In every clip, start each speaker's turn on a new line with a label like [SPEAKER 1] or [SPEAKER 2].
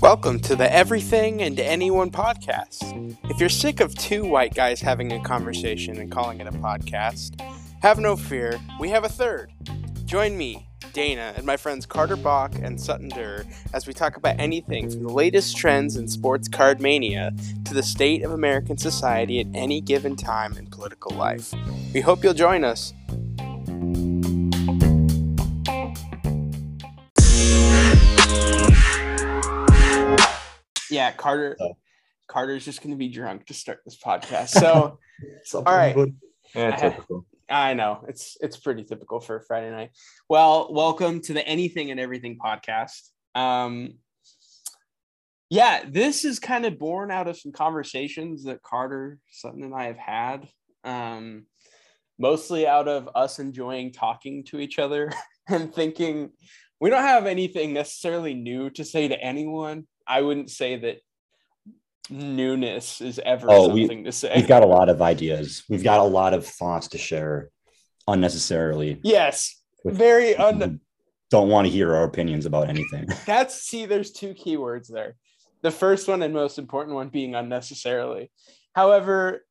[SPEAKER 1] Welcome to the Everything and Anyone podcast. If you're sick of two white guys having a conversation and calling it a podcast, have no fear, we have a third. Join me, Dana, and my friends Carter Bach and Sutton Durr as we talk about anything from the latest trends in sports card mania to the state of American society at any given time in political life. We hope you'll join us. Yeah, Carter.
[SPEAKER 2] So.
[SPEAKER 1] Carter's just going to be drunk to start this podcast. So
[SPEAKER 2] Something
[SPEAKER 1] All right.
[SPEAKER 2] good. Yeah,
[SPEAKER 1] I-
[SPEAKER 2] typical.
[SPEAKER 1] I know it's it's pretty typical for a Friday night. Well, welcome to the Anything and Everything podcast. Um, yeah, this is kind of born out of some conversations that Carter Sutton and I have had, um, mostly out of us enjoying talking to each other and thinking we don't have anything necessarily new to say to anyone. I wouldn't say that newness is ever
[SPEAKER 2] Oh, we-
[SPEAKER 1] something to say.
[SPEAKER 2] We've got a lot of ideas. We've got a lot of thoughts to share unnecessarily.
[SPEAKER 1] yes,
[SPEAKER 2] With-
[SPEAKER 1] very un.
[SPEAKER 2] We Don't want to hear our opinions about anything.
[SPEAKER 1] That's see, there's two keywords there. The first one and most important one being unnecessarily. However,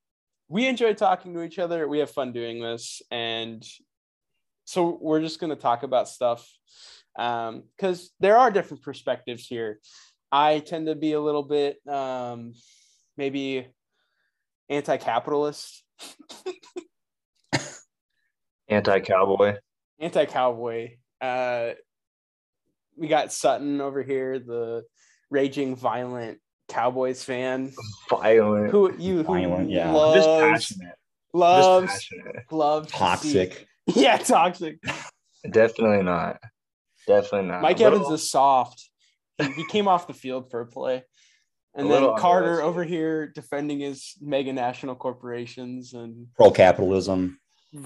[SPEAKER 1] we enjoy talking to each other. We have fun doing this. And so we're just going to talk about stuff because there are different perspectives here. I tend to be a little bit um, maybe anti capitalist,
[SPEAKER 3] Anti cowboy.
[SPEAKER 1] anti cowboy. Uh, we got Sutton over here, the raging, violent Cowboys fan.
[SPEAKER 3] Violent.
[SPEAKER 1] who you who
[SPEAKER 2] Violent, yeah.
[SPEAKER 3] just
[SPEAKER 1] loves
[SPEAKER 3] passionate. Just
[SPEAKER 1] loves
[SPEAKER 3] passionate.
[SPEAKER 1] loves to see-
[SPEAKER 2] Toxic.
[SPEAKER 1] Yeah, toxic.
[SPEAKER 3] Definitely not. Definitely not.
[SPEAKER 1] Mike
[SPEAKER 3] A little-
[SPEAKER 1] Evans is soft. He, he came off the field for a play, and then
[SPEAKER 3] A little
[SPEAKER 1] Carter
[SPEAKER 3] underestimated.
[SPEAKER 1] over here defending his mega national corporations and
[SPEAKER 2] Pro capitalism.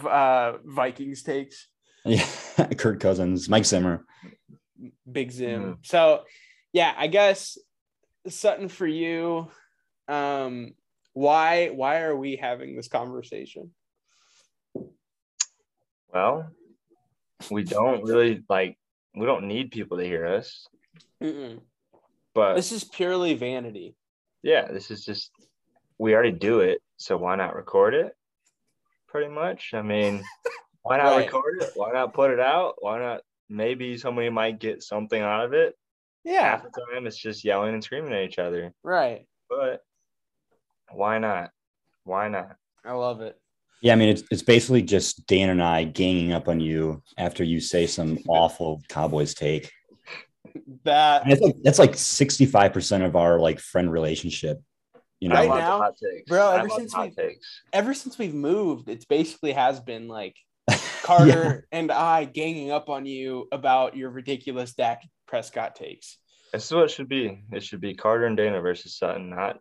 [SPEAKER 1] uh, Vikings takes
[SPEAKER 2] Yeah. Kurt Cousins, Mike Zimmer.
[SPEAKER 1] Big Zim. So, yeah, I guess Sutton for you. Um, why why are we having this conversation?
[SPEAKER 3] Well, we don't really like. We don't need people to hear us,
[SPEAKER 1] Mm-mm.
[SPEAKER 3] but
[SPEAKER 1] This is purely vanity.
[SPEAKER 3] yeah, this is just. We already do it, so why not record it? Pretty much. I mean, why not
[SPEAKER 1] Right.
[SPEAKER 3] record it? Why not put it out? Why not? Maybe somebody might get something out of it.
[SPEAKER 1] Yeah,
[SPEAKER 3] Half the time, it's just yelling and screaming at each other.
[SPEAKER 1] right.
[SPEAKER 3] But why not? Why not?
[SPEAKER 1] I love it.
[SPEAKER 2] Yeah, I mean, it's, it's basically just Dan and I ganging up on you after you say some awful Cowboys take.
[SPEAKER 1] That
[SPEAKER 2] And it's like, that's like 65% of our like friend relationship. You know,
[SPEAKER 1] Right
[SPEAKER 3] I love the
[SPEAKER 1] now,
[SPEAKER 3] hot takes.
[SPEAKER 1] bro,
[SPEAKER 3] I
[SPEAKER 1] ever
[SPEAKER 3] love the
[SPEAKER 1] since
[SPEAKER 3] hot
[SPEAKER 1] we-
[SPEAKER 3] takes.
[SPEAKER 1] ever since we've moved, it's basically has been like Carter and I ganging up on you about your ridiculous Dak Prescott takes.
[SPEAKER 3] This is what it should be. It should be Carter and Dana versus Sutton, not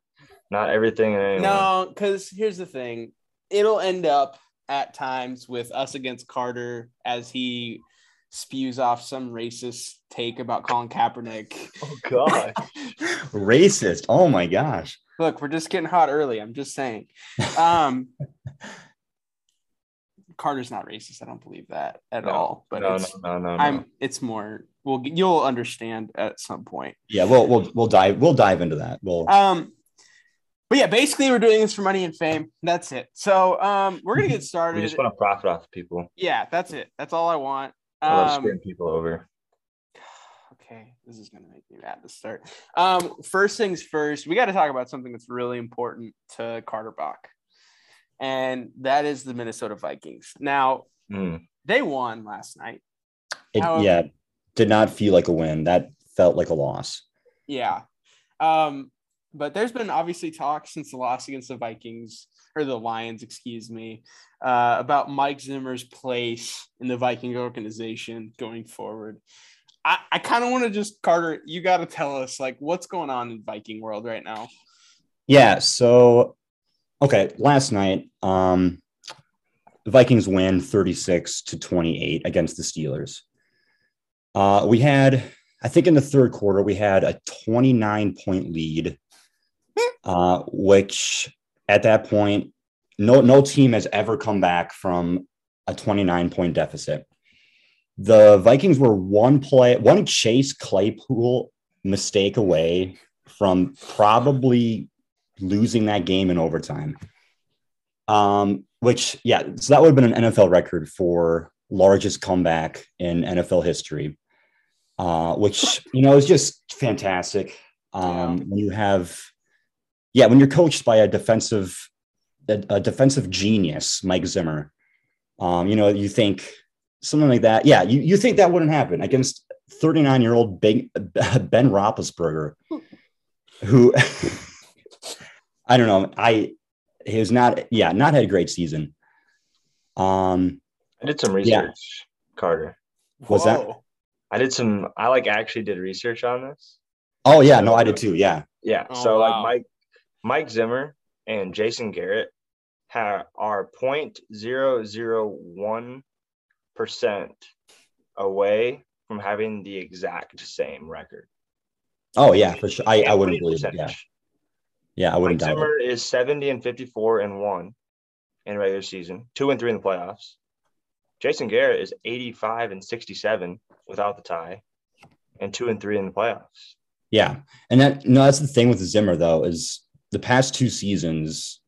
[SPEAKER 3] not everything and anyone.
[SPEAKER 1] No, because here's the thing it'll end up at times with us against Carter as he spews off some racist take about Colin Kaepernick.
[SPEAKER 3] Oh god.
[SPEAKER 2] racist. Oh my gosh.
[SPEAKER 1] Look, we're just getting hot early. I'm just saying. Um, Carter's not racist. I don't believe that at
[SPEAKER 3] No,
[SPEAKER 1] all. But
[SPEAKER 3] no,
[SPEAKER 1] it's,
[SPEAKER 3] no, no, no, no.
[SPEAKER 1] I'm. It's more. Well, you'll understand at some point.
[SPEAKER 2] Yeah, we'll we'll we'll dive we'll dive into that. We'll
[SPEAKER 1] Um, but yeah, basically, we're doing this for money and fame. That's it. So, um, we're gonna get
[SPEAKER 3] we
[SPEAKER 1] started.
[SPEAKER 3] just want to profit off people.
[SPEAKER 1] yeah, that's it. That's all I want.
[SPEAKER 3] I love
[SPEAKER 1] Um,
[SPEAKER 3] screwing people over.
[SPEAKER 1] okay, this is gonna make me mad to start. Um, first things first, we got to talk about something that's really important to Carter Bach, and that is the Minnesota Vikings. Now,
[SPEAKER 3] Mm.
[SPEAKER 1] they won last night.
[SPEAKER 2] it,
[SPEAKER 1] however-
[SPEAKER 2] yeah, did not feel like a win. That felt like a loss.
[SPEAKER 1] Yeah. Um, but there's been obviously talk since the loss against the Vikings or the Lions, excuse me, uh, about Mike Zimmer's place in the Viking organization going forward. I, I kind of want to just, Carter, you got to tell us like what's going on in Viking world right now.
[SPEAKER 2] Yeah, so okay, last night, um the Vikings win 36 to 28 against the Steelers. Uh we had I think in the third quarter we had a 29 point lead uh which at that point no no team has ever come back from a 29 point deficit. The Vikings were one play, one Chase Claypool mistake away from probably losing that game in overtime. Um, which, yeah, so that would have been an NFL record for largest comeback in NFL history, uh, which, you know, is just fantastic. Um,
[SPEAKER 1] Yeah.
[SPEAKER 2] When you have, yeah, when you're coached by a defensive, a, a defensive genius, Mike Zimmer, um, you know, you think something like that. Yeah, you, you think that wouldn't happen against 39 year old Ben Ben Roethlisberger, who I don't know. I he was not yeah not had a great season. Um,
[SPEAKER 3] I did some
[SPEAKER 2] Yeah.
[SPEAKER 3] research, Carter.
[SPEAKER 2] What's that?
[SPEAKER 1] Whoa.
[SPEAKER 3] I did some. I like actually did research on this.
[SPEAKER 2] oh yeah, no, I did too. Yeah,
[SPEAKER 3] Yeah.
[SPEAKER 1] Oh,
[SPEAKER 3] so
[SPEAKER 1] wow.
[SPEAKER 3] like Mike, Mike Zimmer and Jason Garrett ha are point zero zero one percent away from having the exact same record.
[SPEAKER 2] oh yeah, for sure. I, I
[SPEAKER 3] And
[SPEAKER 2] wouldn't believe
[SPEAKER 3] winning
[SPEAKER 2] it. Yeah,
[SPEAKER 3] percentage.
[SPEAKER 2] yeah, I
[SPEAKER 3] Mike
[SPEAKER 2] wouldn't doubt it.
[SPEAKER 3] Zimmer is seventy and fifty four and one in regular season, two and three in the playoffs. Jason Garrett is eighty five and sixty seven without the tie, and two and three in the playoffs.
[SPEAKER 2] Yeah, and that no, that's the thing with Zimmer though is the past two seasons,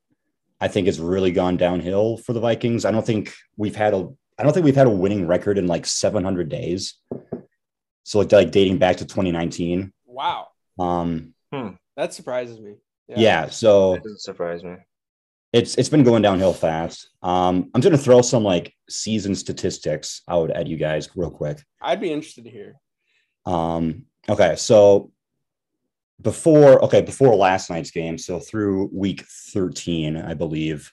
[SPEAKER 2] I think it's really gone downhill for the Vikings. I don't think we've had a I don't think we've had a winning record in like 700 days. So like, like dating back to 2019.
[SPEAKER 1] Wow.
[SPEAKER 2] Um,
[SPEAKER 1] That surprises me.
[SPEAKER 2] yeah. so
[SPEAKER 3] That doesn't surprise me.
[SPEAKER 2] it's it's been going downhill fast. Um, I'm just gonna throw some like season statistics out at you guys real quick.
[SPEAKER 1] I'd be interested to hear.
[SPEAKER 2] Um, okay, so before okay before last night's game, so through week 13, I believe,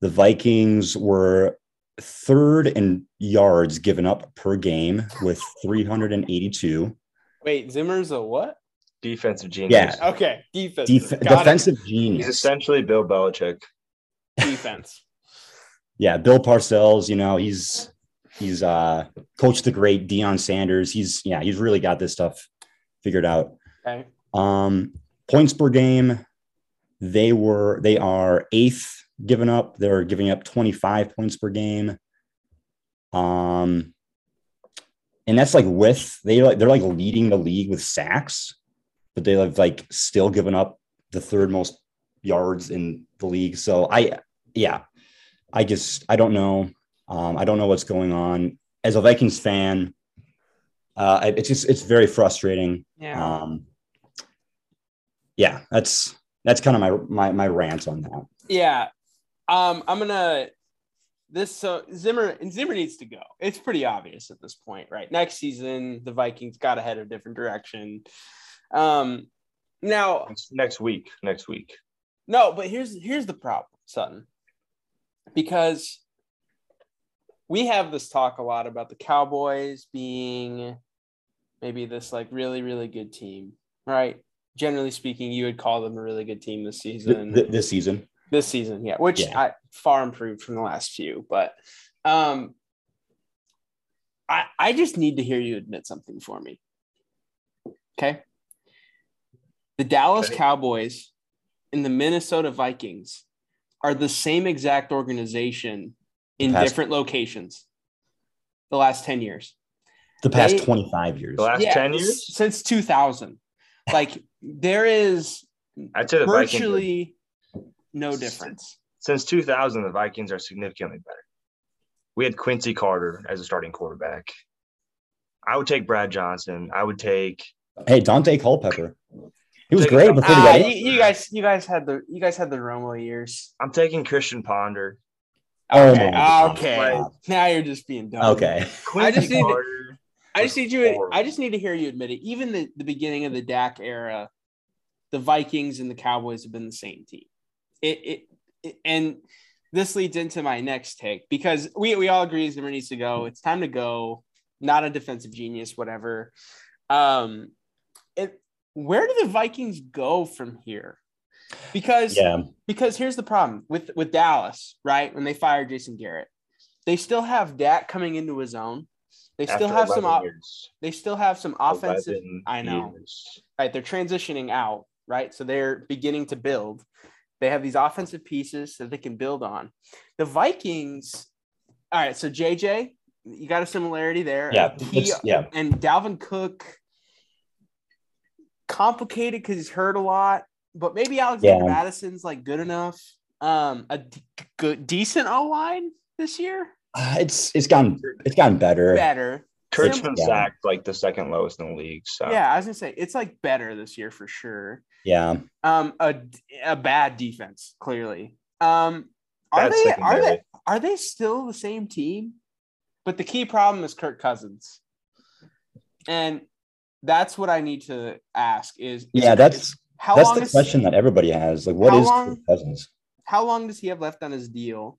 [SPEAKER 2] the Vikings were third in yards given up per game with 382.
[SPEAKER 1] Wait, Zimmer's a what?
[SPEAKER 3] Defensive genius.
[SPEAKER 1] Okay, defense.
[SPEAKER 2] Def- defensive
[SPEAKER 3] He's
[SPEAKER 2] genius.
[SPEAKER 3] essentially Bill Belichick.
[SPEAKER 1] defense.
[SPEAKER 2] yeah, Bill Parcells, you know, he's he's uh coached the great Deion Sanders. He's yeah, he's really got this stuff figured out.
[SPEAKER 1] Okay.
[SPEAKER 2] Um, points per game, they were they are eighth given up. They're giving up 25 points per game. Um, and that's like with they like they're like leading the league with sacks, but they have like still given up the third most yards in the league. So I yeah, I just I don't know. Um, I don't know what's going on. As a Vikings fan, uh, I- it's just it's very frustrating.
[SPEAKER 1] Yeah.
[SPEAKER 2] Um, yeah, that's that's kind of my, my my rant on that.
[SPEAKER 1] yeah. Um, I'm gonna this so Zimmer and Zimmer needs to go. It's pretty obvious at this point, right? Next season, the Vikings got to head a different direction. Um, now
[SPEAKER 3] It's next week. Next week.
[SPEAKER 1] No, but here's here's the problem, Sutton. Because we have this talk a lot about the Cowboys being maybe this like really really good team, right? Generally speaking, you would call them a really good team this season.
[SPEAKER 2] Th- th- this season,
[SPEAKER 1] this season, yeah, which
[SPEAKER 2] Yeah.
[SPEAKER 1] I far improved from the last few, but um I I just need to hear you admit something for me. Okay? The Dallas
[SPEAKER 3] Okay.
[SPEAKER 1] Cowboys and the Minnesota Vikings are the same exact organization in
[SPEAKER 2] Past-
[SPEAKER 1] different locations the last 10 years.
[SPEAKER 2] the past
[SPEAKER 1] They-
[SPEAKER 2] twenty five years.
[SPEAKER 3] The last
[SPEAKER 1] Yeah,
[SPEAKER 3] 10 years?
[SPEAKER 1] Since 2000. Like there is
[SPEAKER 3] I'd say the Vikings.
[SPEAKER 1] virtually no difference.
[SPEAKER 3] Since 2000, the Vikings are significantly better. We had Quincy Carter as a starting quarterback. I would take Brad Johnson. I would take
[SPEAKER 2] Hey, Dante Culpepper, he was
[SPEAKER 3] Take-
[SPEAKER 2] great before he
[SPEAKER 1] Ah,
[SPEAKER 2] got
[SPEAKER 3] it.
[SPEAKER 1] you, you guys, you guys had the you guys had the Romo years.
[SPEAKER 3] I'm taking Christian Ponder.
[SPEAKER 2] Oh
[SPEAKER 1] okay,
[SPEAKER 2] my
[SPEAKER 1] okay.
[SPEAKER 3] God.
[SPEAKER 1] Now you're just being dumb.
[SPEAKER 2] Okay,
[SPEAKER 3] Quincy
[SPEAKER 1] just need to-
[SPEAKER 3] Carter.
[SPEAKER 1] I just need you. I just need to hear you admit it. Even the, the beginning of the Dak era, the Vikings and the Cowboys have been the same team. It, it, it- and this leads into my next take because we we all agree Zimmer needs to go. It's time to go. Not a defensive genius, whatever. Um, it, where do the Vikings go from here? Because
[SPEAKER 2] yeah,
[SPEAKER 1] because here's the problem with with Dallas, right? When they fired Jason Garrett, they still have Dak coming into his own. They still
[SPEAKER 3] after
[SPEAKER 1] have some.
[SPEAKER 3] 11
[SPEAKER 1] Op-
[SPEAKER 3] years.
[SPEAKER 1] they still have some offensive.
[SPEAKER 3] 11
[SPEAKER 1] I know.
[SPEAKER 3] years.
[SPEAKER 1] Right, they're transitioning out. Right, so they're beginning to build. They have these offensive pieces that they can build on. The Vikings. All right, so JJ, you got a similarity there.
[SPEAKER 2] yeah,
[SPEAKER 1] He-
[SPEAKER 2] it's, yeah,
[SPEAKER 1] and Dalvin Cook complicated because he's hurt a lot, but maybe Alexander
[SPEAKER 2] Yeah.
[SPEAKER 1] Madison's like good enough. Um, a d- good decent O line this year,
[SPEAKER 2] Uh, it's it's gotten it's gotten better.
[SPEAKER 1] better.
[SPEAKER 3] Kurtzman
[SPEAKER 2] Yeah.
[SPEAKER 3] sacked like the second lowest in the league. So
[SPEAKER 1] Yeah, I was gonna say it's like better this year for sure.
[SPEAKER 2] Yeah.
[SPEAKER 1] Um, a a bad defense clearly. Um, are
[SPEAKER 3] bad
[SPEAKER 1] they are
[SPEAKER 3] secondary.
[SPEAKER 1] they are they still the same team? But the key problem is Kirk Cousins, and that's what I need to ask. Is
[SPEAKER 2] Yeah, that's
[SPEAKER 1] how
[SPEAKER 2] that's
[SPEAKER 1] long
[SPEAKER 2] the
[SPEAKER 1] is-
[SPEAKER 2] question that everybody has. Like, what
[SPEAKER 1] How
[SPEAKER 2] is Kirk
[SPEAKER 1] long-
[SPEAKER 2] Cousins?
[SPEAKER 1] how long does he have left on his deal?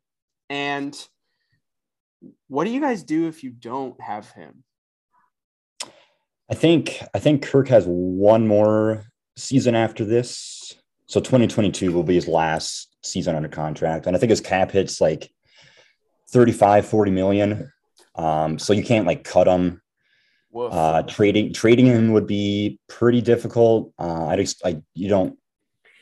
[SPEAKER 1] And what do you guys do if you don't have him?
[SPEAKER 2] I think I think Kirk has one more season after this. So 2022 will be his last season under contract. And I think his cap hits like 35, 40 million. Um, so you can't like cut him.
[SPEAKER 1] Woof.
[SPEAKER 2] Uh, trading trading him would be pretty difficult. Uh, I just I you don't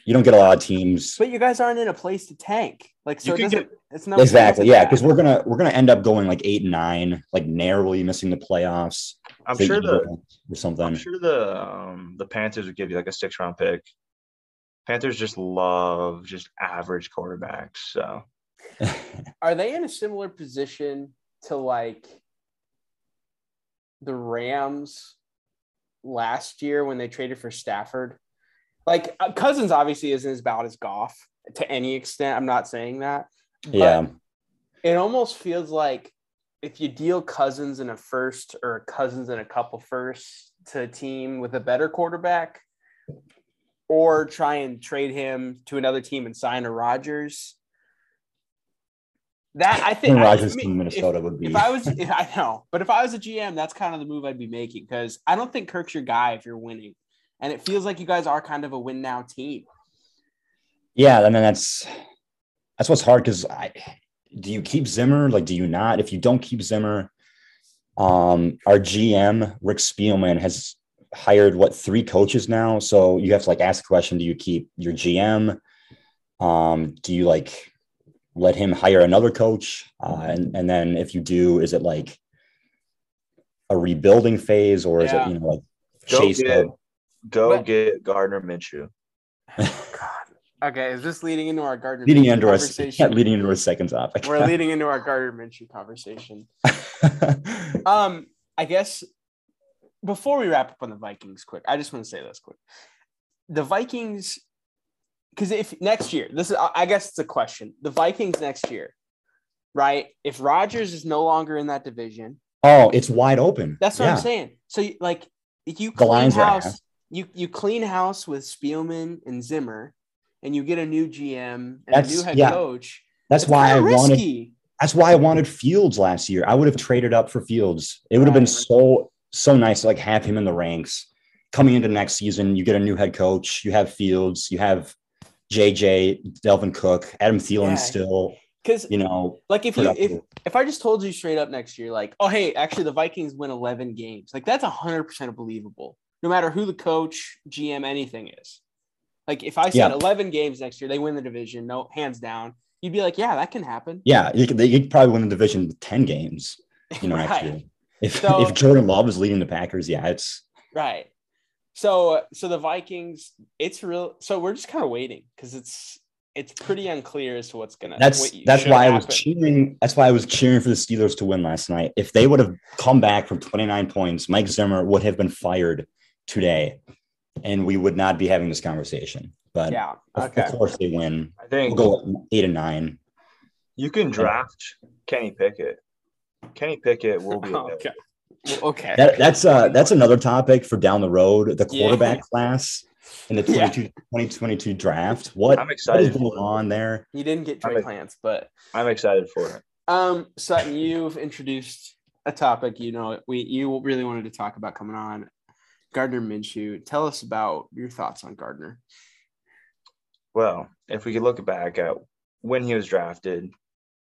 [SPEAKER 2] you don't get a lot of teams
[SPEAKER 1] but you guys aren't in a place to tank. Like so
[SPEAKER 3] You
[SPEAKER 1] it
[SPEAKER 3] could
[SPEAKER 1] doesn't it's not
[SPEAKER 2] exactly yeah because we're gonna we're gonna end up going like eight and nine like narrowly missing the playoffs.
[SPEAKER 3] I'm
[SPEAKER 2] the
[SPEAKER 3] sure the
[SPEAKER 2] Eagles or something.
[SPEAKER 3] I'm sure the um, the Panthers would give you like a six round pick. Panthers just love just average quarterbacks. So
[SPEAKER 1] are they in a similar position to like the Rams last year when they traded for Stafford? Like uh, Cousins obviously isn't as bad as Goff to any extent. I'm not saying that. But
[SPEAKER 2] yeah,
[SPEAKER 1] it almost feels like if you deal Cousins in a first or Cousins in a couple firsts to a team with a better quarterback, or try and trade him to another team and sign a Rodgers. That I think
[SPEAKER 2] Aaron
[SPEAKER 1] I-
[SPEAKER 2] Rodgers
[SPEAKER 1] I
[SPEAKER 2] to
[SPEAKER 1] mean,
[SPEAKER 2] Minnesota would
[SPEAKER 1] If,
[SPEAKER 2] be.
[SPEAKER 1] if I was, if I know, but if I was a GM, that's kind of the move I'd be making because I don't think Kirk's your guy if you're winning, and it feels like you guys are kind of a win now team.
[SPEAKER 2] yeah, and then that's that's what's hard because I do you keep Zimmer? Like, do you not? If you don't keep Zimmer, um, our GM Rick Spielman has hired what three coaches now, so you have to like ask the question: Do you keep your GM? Um, do you like let him hire another coach? Uh, and and then if you do, is it like a rebuilding phase or is
[SPEAKER 1] Yeah.
[SPEAKER 2] it you know like
[SPEAKER 3] Go
[SPEAKER 2] chase
[SPEAKER 3] get-
[SPEAKER 2] mode?
[SPEAKER 3] go
[SPEAKER 1] But-
[SPEAKER 3] get Gardner Minshew.
[SPEAKER 1] Okay, is this leading into our Gardner
[SPEAKER 2] leading
[SPEAKER 1] Minshew
[SPEAKER 2] into our yeah,
[SPEAKER 1] conversation?
[SPEAKER 2] leading into our second topic.
[SPEAKER 1] We're leading into our Gardner Minshew conversation. Um, I guess before we wrap up on the Vikings, quick, I just want to say this quick. The Vikings, because if next year, this is, I I guess it's a question. The Vikings next year, right? If Rodgers is no longer in that division,
[SPEAKER 2] oh, it's wide open.
[SPEAKER 1] that's what
[SPEAKER 2] yeah.
[SPEAKER 1] I'm saying. So, you- like, if you
[SPEAKER 2] The
[SPEAKER 1] clean
[SPEAKER 2] Lions are
[SPEAKER 1] house,
[SPEAKER 2] ass.
[SPEAKER 1] you you clean house with Spielman and Zimmer, and you get a new GM and a
[SPEAKER 2] That's-
[SPEAKER 1] new head
[SPEAKER 2] yeah.
[SPEAKER 1] coach.
[SPEAKER 2] That's
[SPEAKER 1] It's
[SPEAKER 2] why I
[SPEAKER 1] kinda
[SPEAKER 2] wanted.
[SPEAKER 1] risky.
[SPEAKER 2] That's why I wanted Fields last year. I would have traded up for Fields. It would have been
[SPEAKER 1] Right.
[SPEAKER 2] so so nice to like have him in the ranks. Coming into next season, you get a new head coach. You have Fields. You have JJ, Delvin Cook, Adam Thielen
[SPEAKER 1] Yeah.
[SPEAKER 2] still.
[SPEAKER 1] because
[SPEAKER 2] You know,
[SPEAKER 1] Like if you if
[SPEAKER 2] productive.
[SPEAKER 1] if I just told you straight up next year, like, oh hey, actually the Vikings win eleven games, like that's hundred percent believable, no matter who the coach, GM, anything is. Like if I said
[SPEAKER 2] Yeah.
[SPEAKER 1] eleven games next year, they win the division, no hands down, you'd be like, yeah, that can happen.
[SPEAKER 2] yeah, you could, you could probably win the division with ten games. You know, next
[SPEAKER 1] right,
[SPEAKER 2] year. If
[SPEAKER 1] So-
[SPEAKER 2] if Jordan Love is leading the Packers, yeah, it's
[SPEAKER 1] right. So so the Vikings, it's real. So we're just kind of waiting because it's it's pretty unclear as to what's gonna.
[SPEAKER 2] That's
[SPEAKER 1] what
[SPEAKER 2] that's
[SPEAKER 1] should
[SPEAKER 2] why I was
[SPEAKER 1] happen.
[SPEAKER 2] cheering. That's why I was cheering for the Steelers to win last night. If they would have come back from 29 points, Mike Zimmer would have been fired today, and we would not be having this conversation. But
[SPEAKER 1] Yeah.
[SPEAKER 2] of,
[SPEAKER 1] Okay.
[SPEAKER 2] of course they win.
[SPEAKER 3] I think
[SPEAKER 2] We'll go eight and nine.
[SPEAKER 3] you can draft Kenny Pickett. Kenny Pickett will be available.
[SPEAKER 1] Okay. Okay.
[SPEAKER 2] That, that's uh that's another topic for down the road. The
[SPEAKER 1] Yeah.
[SPEAKER 2] quarterback class in the 22, 2022 draft. What,
[SPEAKER 3] I'm
[SPEAKER 2] what is
[SPEAKER 3] excited.
[SPEAKER 2] going on there?
[SPEAKER 1] you didn't get Trey
[SPEAKER 3] I'm a-
[SPEAKER 1] Lance, but
[SPEAKER 3] I'm excited for it.
[SPEAKER 1] Um, Sutton, you've introduced a topic you know we you really wanted to talk about coming on Gardner Minshew. Tell us about your thoughts on Gardner.
[SPEAKER 3] Well, if we could look back at when he was drafted,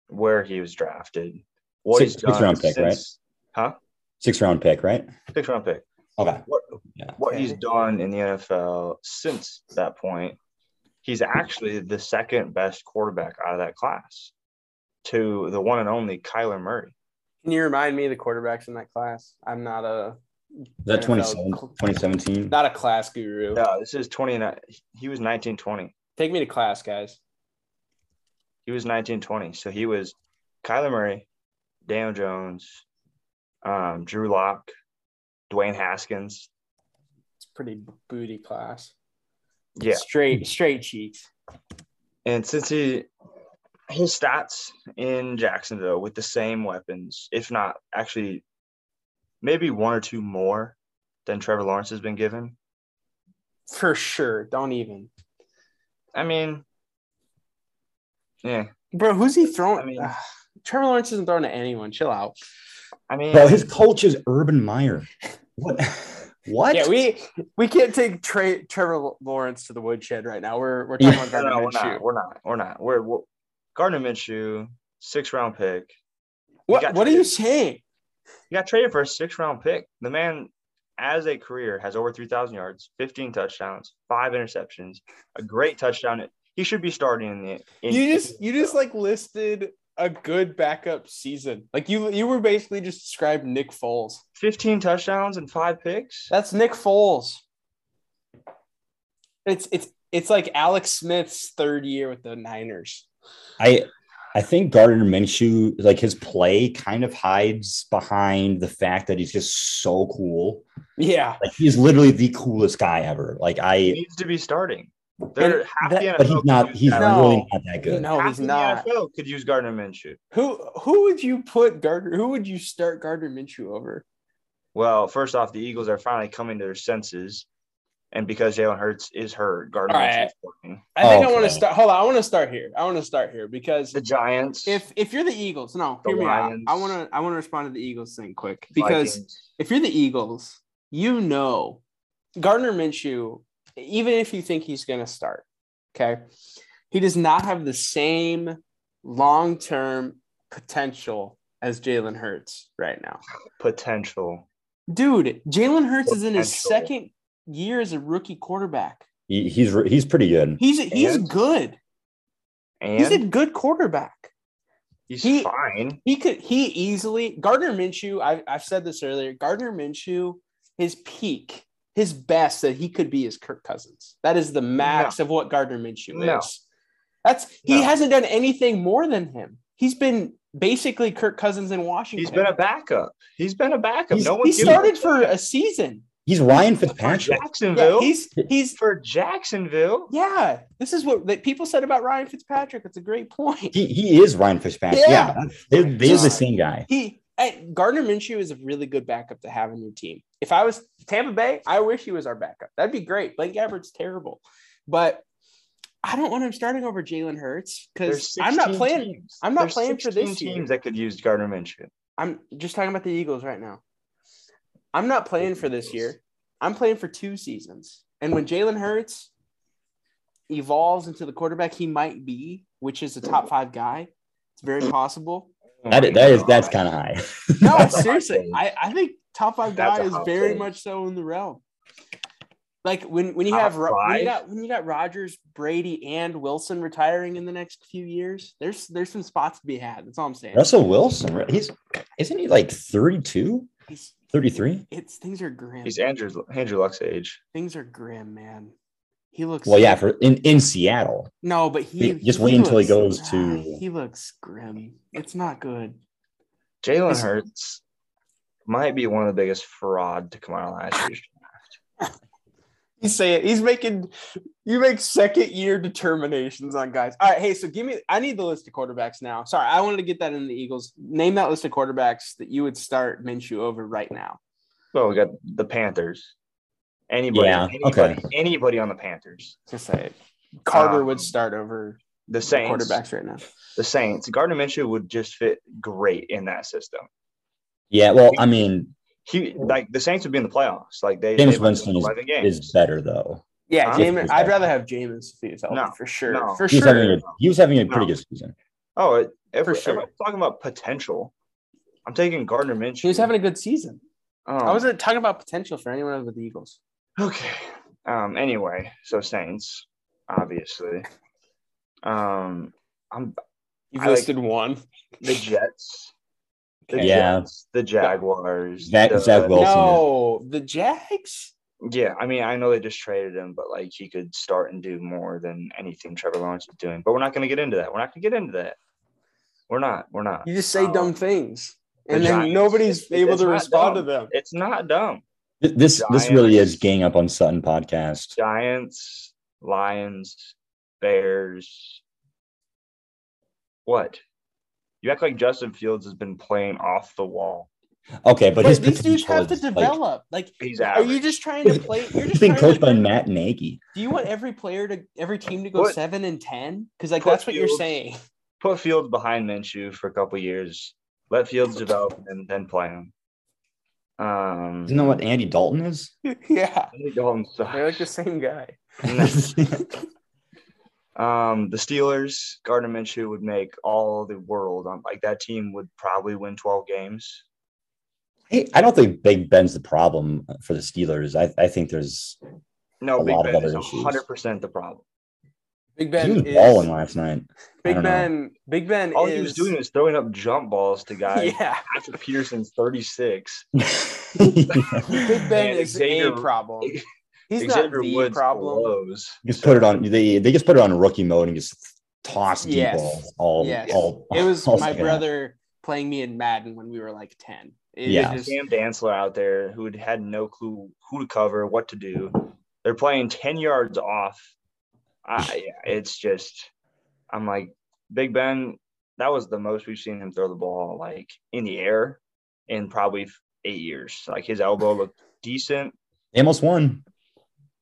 [SPEAKER 3] where he was drafted, what
[SPEAKER 2] Six-
[SPEAKER 3] he's
[SPEAKER 2] sixth
[SPEAKER 3] done
[SPEAKER 2] round pick, right?
[SPEAKER 3] since- Huh?
[SPEAKER 2] Six round pick, right?
[SPEAKER 3] Six round pick.
[SPEAKER 2] Okay.
[SPEAKER 3] What
[SPEAKER 2] Yeah.
[SPEAKER 3] what he's
[SPEAKER 1] Okay.
[SPEAKER 3] done in the NFL since that point, he's actually the second best quarterback out of that class to the one and only Kyler Murray.
[SPEAKER 1] Can you remind me of the quarterbacks in that class? I'm not a
[SPEAKER 2] Is that
[SPEAKER 1] NFL
[SPEAKER 2] 27 2017?
[SPEAKER 1] Not a class guru.
[SPEAKER 3] No, Uh, this is 29. He was 1920.
[SPEAKER 1] Take me to class, guys.
[SPEAKER 3] He was 1920. So he was Kyler Murray, Daniel Jones, um, Drew Lock, Dwayne Haskins.
[SPEAKER 1] It's pretty booty class.
[SPEAKER 3] Yeah.
[SPEAKER 1] Straight straight cheeks.
[SPEAKER 3] And since he his stats in Jacksonville with the same weapons, if not actually maybe one or two more than Trevor Lawrence has been given.
[SPEAKER 1] For sure. Don't even.
[SPEAKER 3] I mean, yeah.
[SPEAKER 1] Bro, who's he throwing?
[SPEAKER 3] I mean-
[SPEAKER 1] Ugh. Trevor Lawrence isn't throwing to anyone. Chill out.
[SPEAKER 3] I mean,
[SPEAKER 2] Bro, his coach is Urban Meyer. What? what?
[SPEAKER 1] Yeah, we we can't take Tra- Trevor Lawrence to the woodshed right now. We're we're talking about
[SPEAKER 3] no,
[SPEAKER 1] Gardner
[SPEAKER 3] no, we're
[SPEAKER 1] Minshew.
[SPEAKER 3] not. We're not. We're not. We're, we're Gardner Minshew, six round pick.
[SPEAKER 1] What
[SPEAKER 3] got
[SPEAKER 1] what are you
[SPEAKER 3] traded.
[SPEAKER 1] saying?
[SPEAKER 3] He got traded for a six round pick. The man, as a career, has over 3,000 yards, 15 touchdowns, five interceptions, a great touchdown. He should be starting in the. In,
[SPEAKER 1] You just you just like listed a good backup season. Like you you were basically just described Nick Foles.
[SPEAKER 3] 15 touchdowns and five picks.
[SPEAKER 1] That's Nick Foles. It's it's it's like Alex Smith's third year with the Niners.
[SPEAKER 2] I I think Gardner Minshew, like his play kind of hides behind the fact that he's just so cool.
[SPEAKER 1] Yeah.
[SPEAKER 2] Like he's literally the coolest guy ever. Like
[SPEAKER 3] He
[SPEAKER 2] I
[SPEAKER 3] needs to be starting. They're,
[SPEAKER 1] And
[SPEAKER 3] half
[SPEAKER 1] that-
[SPEAKER 3] the NFL
[SPEAKER 2] but he's
[SPEAKER 3] could
[SPEAKER 2] not
[SPEAKER 3] use
[SPEAKER 2] he's
[SPEAKER 3] that.
[SPEAKER 1] No.
[SPEAKER 2] really not that good.
[SPEAKER 1] No,
[SPEAKER 3] half
[SPEAKER 1] he's
[SPEAKER 3] the
[SPEAKER 1] not.
[SPEAKER 3] NFL could use Gardner Minshew.
[SPEAKER 1] Who who would you put Gardner? Who would you start Gardner Minshew over?
[SPEAKER 3] Well, first off, the Eagles are finally coming to their senses. And because Jalen Hurts is hurt, Gardner
[SPEAKER 1] All
[SPEAKER 3] Minshew's
[SPEAKER 1] right.
[SPEAKER 3] starting.
[SPEAKER 1] I think I
[SPEAKER 2] Okay.
[SPEAKER 1] want to start. Hold on, I want to start here. I want to start here because
[SPEAKER 3] Oh, The Giants.
[SPEAKER 1] if if you're the Eagles, no,
[SPEAKER 3] The
[SPEAKER 1] hear me
[SPEAKER 3] Lions.
[SPEAKER 1] out. I want to I want to respond to the Eagles thing quick because
[SPEAKER 3] Vikings.
[SPEAKER 1] if you're the Eagles, you know Gardner Minshew, even if you think he's going to start, okay, he does not have the same long term potential as Jalen Hurts right now.
[SPEAKER 3] potential.
[SPEAKER 1] Dude, Jalen Hurts is in his
[SPEAKER 3] Potential.
[SPEAKER 1] second year as a rookie quarterback.
[SPEAKER 2] He, he's re- he's pretty good.
[SPEAKER 1] He's he's
[SPEAKER 3] And?
[SPEAKER 1] good.
[SPEAKER 3] And
[SPEAKER 1] He's
[SPEAKER 3] he's,
[SPEAKER 1] a good quarterback. he-
[SPEAKER 3] fine.
[SPEAKER 1] He could he easily Gardner Minshew. I, I've said this earlier. Gardner Minshew, his peak, his best that he could be is Kirk Cousins. That is the max of what Gardner Minshew
[SPEAKER 3] No.
[SPEAKER 1] is. That's he
[SPEAKER 3] No.
[SPEAKER 1] hasn't done anything more than him. He's been basically Kirk Cousins in Washington.
[SPEAKER 3] He's been a backup. He's been a backup.
[SPEAKER 2] He's-
[SPEAKER 3] no one
[SPEAKER 1] he
[SPEAKER 3] gives a
[SPEAKER 1] started
[SPEAKER 3] shit
[SPEAKER 1] for a season.
[SPEAKER 2] He's Ryan
[SPEAKER 3] for
[SPEAKER 2] Fitzpatrick.
[SPEAKER 1] Yeah,
[SPEAKER 3] Jacksonville.
[SPEAKER 1] he's he's
[SPEAKER 3] for Jacksonville.
[SPEAKER 1] yeah. This is what that people said about Ryan Fitzpatrick. It's a great point.
[SPEAKER 2] He, he is Ryan Fitzpatrick.
[SPEAKER 1] Yeah.
[SPEAKER 2] Yeah, they, they is
[SPEAKER 1] God.
[SPEAKER 2] the same guy.
[SPEAKER 1] he hey, Gardner Minshew is a really good backup to have in your team. If I was Tampa Bay, I wish he was our backup. That'd be great. Blake Gabbert's terrible, but I don't want him starting over Jalen Hurts because
[SPEAKER 3] There's
[SPEAKER 1] I'm not
[SPEAKER 3] 16
[SPEAKER 1] playing.
[SPEAKER 3] teams.
[SPEAKER 1] I'm not
[SPEAKER 3] There's
[SPEAKER 1] playing for
[SPEAKER 3] 16
[SPEAKER 1] this year.
[SPEAKER 3] teams that could use Gardner Minshew.
[SPEAKER 1] I'm just talking about the Eagles right now. I'm not playing for this year. I'm playing for two seasons. And when Jalen Hurts evolves into the quarterback he might be, which is a top five guy, it's very possible.
[SPEAKER 3] Oh my
[SPEAKER 2] That, that is
[SPEAKER 3] God.
[SPEAKER 2] that's kind of high.
[SPEAKER 1] No,
[SPEAKER 3] That's a hot
[SPEAKER 1] seriously,
[SPEAKER 3] take.
[SPEAKER 1] I, I think top five
[SPEAKER 3] That's
[SPEAKER 1] guy
[SPEAKER 3] a
[SPEAKER 1] is
[SPEAKER 3] hot
[SPEAKER 1] very
[SPEAKER 3] take.
[SPEAKER 1] much so in the realm. Like when when you
[SPEAKER 3] Top
[SPEAKER 1] have Ro- when you
[SPEAKER 3] five?
[SPEAKER 1] got when you got Rogers, Brady, and Wilson retiring in the next few years, there's there's some spots to be had. That's all I'm saying.
[SPEAKER 2] Russell Wilson, right? he's isn't he like 32,
[SPEAKER 1] He's-
[SPEAKER 2] 33?
[SPEAKER 1] it's things are grim.
[SPEAKER 3] He's Andrew Andrew Luck's age.
[SPEAKER 1] Things are grim, man. He looks
[SPEAKER 2] Well, yeah, for in, in Seattle.
[SPEAKER 1] no, but he
[SPEAKER 2] Just wait until he
[SPEAKER 1] looks-
[SPEAKER 2] goes to-
[SPEAKER 1] He looks grim. It's not good.
[SPEAKER 3] Jalen
[SPEAKER 1] Is-
[SPEAKER 3] Hurts might be one of the biggest fraud to come out of last year.
[SPEAKER 1] He's saying he's making you make second year determinations on guys. All right, hey, so give me I need the list of quarterbacks now. Sorry, I wanted to get that in the Eagles. Name that list of quarterbacks that you would start Minshew over right now.
[SPEAKER 3] Well, we got the Panthers. Anybody,
[SPEAKER 2] Yeah,
[SPEAKER 3] anybody,
[SPEAKER 2] okay.
[SPEAKER 3] anybody on the Panthers.
[SPEAKER 1] Just say it. Carter
[SPEAKER 3] Um,
[SPEAKER 1] would start over
[SPEAKER 3] The
[SPEAKER 1] the
[SPEAKER 3] Saints.
[SPEAKER 1] quarterbacks right now.
[SPEAKER 3] The Saints. Gardner Minshew would just fit great in that system.
[SPEAKER 2] Yeah, well, I mean,
[SPEAKER 3] He like the Saints would be in the playoffs. Like they
[SPEAKER 2] James
[SPEAKER 3] they've won
[SPEAKER 2] Winston is-
[SPEAKER 3] 11 games.
[SPEAKER 2] is better though.
[SPEAKER 1] Yeah,
[SPEAKER 3] Huh?
[SPEAKER 1] Jameis. I'd rather have Jameis if he was healthy
[SPEAKER 3] No,
[SPEAKER 1] for sure.
[SPEAKER 3] no.
[SPEAKER 1] For
[SPEAKER 2] He was, having
[SPEAKER 1] sure.
[SPEAKER 2] a, he was having a pretty
[SPEAKER 3] No.
[SPEAKER 2] good season.
[SPEAKER 3] Oh, it- if,
[SPEAKER 1] For
[SPEAKER 3] if
[SPEAKER 1] sure.
[SPEAKER 3] I'm talking about potential, I'm taking Gardner Minshew.
[SPEAKER 1] He was having a good season.
[SPEAKER 3] Um,
[SPEAKER 1] I wasn't talking about potential for anyone other than the Eagles.
[SPEAKER 3] okay. Um. Anyway, so Saints, obviously. Um. I'm
[SPEAKER 1] You've
[SPEAKER 3] I like-
[SPEAKER 1] listed one.
[SPEAKER 3] the Jets. The
[SPEAKER 2] Yeah.
[SPEAKER 3] Jets, the Jaguars.
[SPEAKER 2] Zach-
[SPEAKER 3] the,
[SPEAKER 2] Zach Wilson.
[SPEAKER 1] No, the Jags.
[SPEAKER 3] Yeah, I mean, I know they just traded him, but like he could start and do more than anything Trevor Lawrence is doing. But we're not going to get into that. We're not going to get into that. We're not. We're not.
[SPEAKER 1] You just say
[SPEAKER 3] Um,
[SPEAKER 1] dumb things,
[SPEAKER 3] the
[SPEAKER 1] and then
[SPEAKER 3] Giants.
[SPEAKER 1] nobody's
[SPEAKER 3] It's-
[SPEAKER 1] able
[SPEAKER 3] it's
[SPEAKER 1] to
[SPEAKER 3] not
[SPEAKER 1] respond
[SPEAKER 3] dumb.
[SPEAKER 1] to them.
[SPEAKER 3] It's not dumb.
[SPEAKER 2] Th- This this really is gang up on Sutton podcast.
[SPEAKER 3] Giants, Lions, Bears. What? You act like Justin Fields has been playing off the wall.
[SPEAKER 2] Okay, but,
[SPEAKER 1] But,
[SPEAKER 2] his
[SPEAKER 1] these dudes
[SPEAKER 2] potential
[SPEAKER 1] have to
[SPEAKER 2] is, like-
[SPEAKER 1] develop. Like,
[SPEAKER 3] He's
[SPEAKER 1] are
[SPEAKER 3] average.
[SPEAKER 1] you just trying to play? You're
[SPEAKER 2] He's
[SPEAKER 1] just
[SPEAKER 2] being
[SPEAKER 1] trying
[SPEAKER 2] coached
[SPEAKER 1] to,
[SPEAKER 2] by Matt Nagy.
[SPEAKER 1] Do you want every player to every team to go
[SPEAKER 3] Put-
[SPEAKER 1] seven and ten? Because like
[SPEAKER 3] put
[SPEAKER 1] that's what you're
[SPEAKER 3] Fields-
[SPEAKER 1] saying.
[SPEAKER 3] put Fields behind Minshew for a couple years? Let Fields develop and then play him. Um,
[SPEAKER 2] Isn't that what Andy Dalton is?
[SPEAKER 1] yeah,
[SPEAKER 3] Andy Dalton sucks.
[SPEAKER 1] they're like the same guy.
[SPEAKER 3] No. Um, the Steelers, Gardner Minshew would make all the world. On, like that team would probably win 12 games.
[SPEAKER 2] Hey, I don't think Big Ben's the problem for the Steelers. I, I think there's
[SPEAKER 3] No,
[SPEAKER 2] A
[SPEAKER 3] Big
[SPEAKER 2] lot of
[SPEAKER 3] Ben is
[SPEAKER 2] other issues.
[SPEAKER 3] 100% the problem.
[SPEAKER 1] Big
[SPEAKER 2] he
[SPEAKER 1] Ben
[SPEAKER 2] was
[SPEAKER 1] is
[SPEAKER 2] balling last night. I
[SPEAKER 1] Big
[SPEAKER 2] don't know.
[SPEAKER 1] Ben. Big Ben
[SPEAKER 3] All
[SPEAKER 1] is
[SPEAKER 3] he was doing was throwing up jump balls to guys
[SPEAKER 1] yeah.
[SPEAKER 3] after Peterson's 36.
[SPEAKER 1] Big Ben
[SPEAKER 3] And
[SPEAKER 1] is
[SPEAKER 3] Xavier-
[SPEAKER 1] a problem. He's
[SPEAKER 3] Xavier
[SPEAKER 1] not the
[SPEAKER 3] Woods
[SPEAKER 1] problem.
[SPEAKER 3] blows.
[SPEAKER 2] just put it on. They they just put it on rookie mode and just toss deep
[SPEAKER 1] Yes.
[SPEAKER 2] balls all,
[SPEAKER 1] Yes.
[SPEAKER 2] all.
[SPEAKER 1] It was
[SPEAKER 2] all
[SPEAKER 1] my
[SPEAKER 2] second half.
[SPEAKER 1] brother playing me in Madden when we were like ten. It
[SPEAKER 2] Yeah.
[SPEAKER 1] just-
[SPEAKER 3] Sam Dantzler out there who had, had no clue who to cover, what to do. They're playing 10 yards off. I, it's just, I'm like, Big Ben, that was the most we've seen him throw the ball like in the air in probably f- eight years. Like his elbow looked decent.
[SPEAKER 2] They almost won.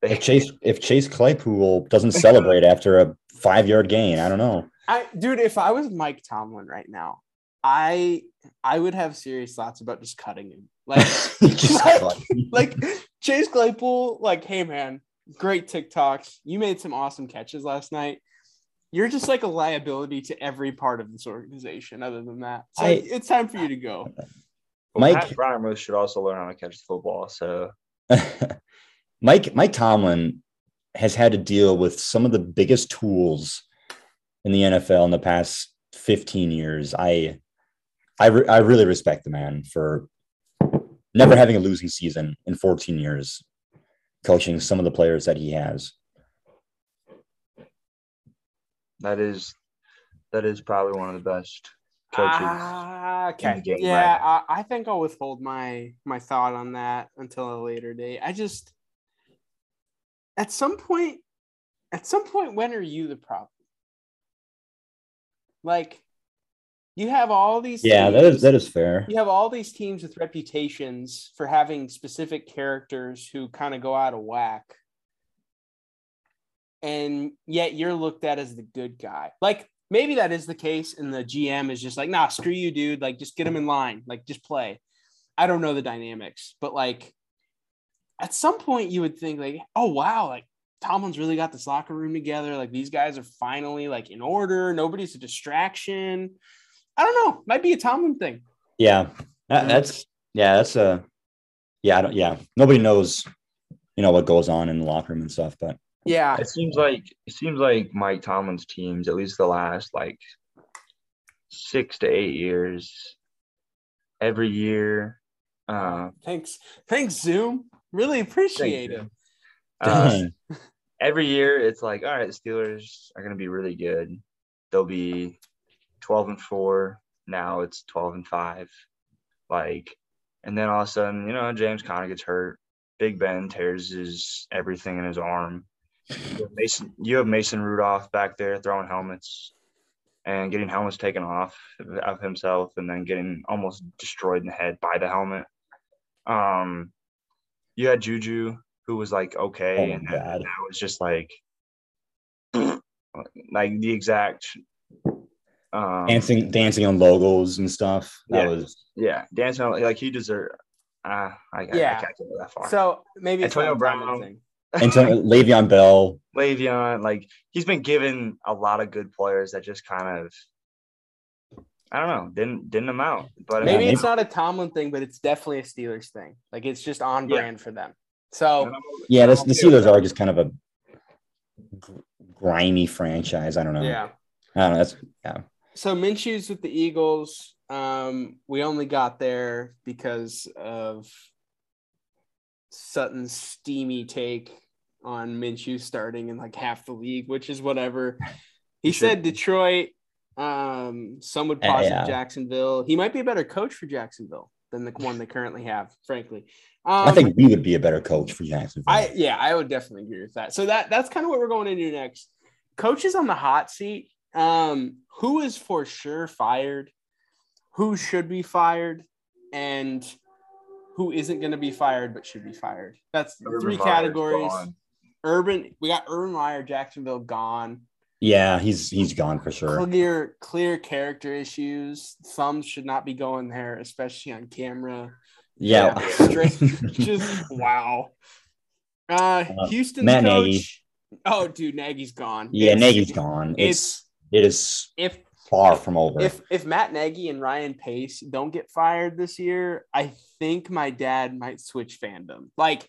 [SPEAKER 3] They,
[SPEAKER 2] If Chase if Chase Claypool doesn't celebrate after a five yard gain, I don't know.
[SPEAKER 1] I dude, if I was Mike Tomlin right now, I I would have serious thoughts about just cutting him. Like
[SPEAKER 2] Just
[SPEAKER 1] Like- like Chase Claypool, like, hey man, great TikToks. You made some awesome catches last night. You're just like a liability to every part of this organization, other than that. So
[SPEAKER 2] I-
[SPEAKER 1] it's time for you to go.
[SPEAKER 3] Mike
[SPEAKER 2] Mike-
[SPEAKER 3] Pat Fryermuth should also learn how to catch the football. So
[SPEAKER 2] Mike Mike Tomlin has had to deal with some of the biggest tools in the NFL in the past 15 years. I I, re- I really respect the man for never having a losing season in 14 years coaching some of the players that he has.
[SPEAKER 3] that is that is probably one of the best coaches.
[SPEAKER 1] Ah, okay.
[SPEAKER 3] in the game
[SPEAKER 1] yeah,
[SPEAKER 3] right
[SPEAKER 1] I, I think I'll withhold my my thought on that until a later date. I just at some point, at some point, when are you the problem? Like, you have all these.
[SPEAKER 2] Yeah, that is
[SPEAKER 1] teams-
[SPEAKER 2] that is fair.
[SPEAKER 1] you have all these teams with reputations for having specific characters who kind of go out of whack and yet you're looked at as the good guy like maybe that is the case and the gm is just like nah screw you dude like just get him in line like just play i don't know the dynamics but like at some point you would think like oh wow like tomlin's really got this locker room together like these guys are finally like in order nobody's a distraction i don't know might be a tomlin thing
[SPEAKER 2] Yeah, that, that's yeah, that's a yeah. I don't yeah. Nobody knows, you know, what goes on in the locker room and stuff. But
[SPEAKER 1] Yeah,
[SPEAKER 3] It seems like it seems like Mike Tomlin's teams, at least the last like six to eight years, every year. Uh,
[SPEAKER 1] thanks, thanks Zoom. Really appreciate
[SPEAKER 3] Thank
[SPEAKER 1] it.
[SPEAKER 3] uh,
[SPEAKER 2] dang,
[SPEAKER 3] every year, it's like, all right, Steelers are going to be really good. They'll be twelve and four. Now it's twelve and five. Like, and then all of a sudden, you know, James Conner gets hurt. Big Ben tears his everything in his arm. You have Mason, you have Mason Rudolph back there throwing helmets and getting helmets taken off of himself, and then getting almost destroyed in the head by the helmet. Um, you had Juju who was like okay,
[SPEAKER 2] Oh my
[SPEAKER 3] and that,
[SPEAKER 2] God.
[SPEAKER 3] that was just like like the exact um,
[SPEAKER 2] dancing dancing on logos and stuff. That
[SPEAKER 3] Yeah.
[SPEAKER 2] was
[SPEAKER 3] Yeah, dancing on like he deserved. Uh, I, yeah.
[SPEAKER 1] Yeah.
[SPEAKER 3] I can't go that far.
[SPEAKER 1] So maybe it's
[SPEAKER 3] Antonio
[SPEAKER 1] not a Tomlin
[SPEAKER 3] Brown.
[SPEAKER 1] thing.
[SPEAKER 2] and so Le'Veon Bell.
[SPEAKER 3] Le'Veon, like he's been given a lot of good players that just kind of, I don't know, didn't didn't amount. But
[SPEAKER 1] Maybe
[SPEAKER 3] I mean,
[SPEAKER 1] it's not a Tomlin thing, but it's definitely a Steelers thing. Like it's just on
[SPEAKER 3] Yeah.
[SPEAKER 1] brand for them.
[SPEAKER 2] Oh,
[SPEAKER 1] So
[SPEAKER 2] Yeah,
[SPEAKER 1] Oh,
[SPEAKER 2] that's, the Steelers are just kind of a gr- grimy franchise. I don't know.
[SPEAKER 1] yeah,
[SPEAKER 2] I don't know. That's
[SPEAKER 1] so Minshew's with the Eagles. Um, we only got there because of Sutton's steamy take on Minshew starting in like half the league, which is whatever. He
[SPEAKER 2] Sure.
[SPEAKER 1] said Detroit. Um, some would
[SPEAKER 2] Yeah,
[SPEAKER 1] posit
[SPEAKER 2] yeah.
[SPEAKER 1] Jacksonville. He might be a better coach for Jacksonville than the one they currently have, frankly.
[SPEAKER 2] I
[SPEAKER 1] Um,
[SPEAKER 2] think we would be a better coach for Jacksonville.
[SPEAKER 1] I yeah, I would definitely agree with that. So that that's kind of what we're going into next. Coaches on the hot seat. Um, who is for sure fired? Who should be fired? And who isn't going to be fired but should be fired? That's the
[SPEAKER 3] Urban
[SPEAKER 1] three
[SPEAKER 3] Meyer's
[SPEAKER 1] categories.
[SPEAKER 3] gone.
[SPEAKER 1] Urban, we got Urban Meyer, Jacksonville gone.
[SPEAKER 2] yeah, he's he's gone for sure.
[SPEAKER 1] Clear, clear character issues. Some should not be going there, especially on camera.
[SPEAKER 2] Yeah.
[SPEAKER 1] Yeah, straight- Just wow. Uh,
[SPEAKER 2] Uh,
[SPEAKER 1] Houston's
[SPEAKER 2] Matt
[SPEAKER 1] coach.
[SPEAKER 2] Nagy.
[SPEAKER 1] Oh, dude, Nagy's gone.
[SPEAKER 2] yeah,
[SPEAKER 1] It's-
[SPEAKER 2] Nagy's gone. It's, uh,
[SPEAKER 1] It's
[SPEAKER 2] it is
[SPEAKER 1] if
[SPEAKER 2] far from over.
[SPEAKER 1] if if Matt Nagy and Ryan Pace don't get fired this year, I think my dad might switch fandom. Like,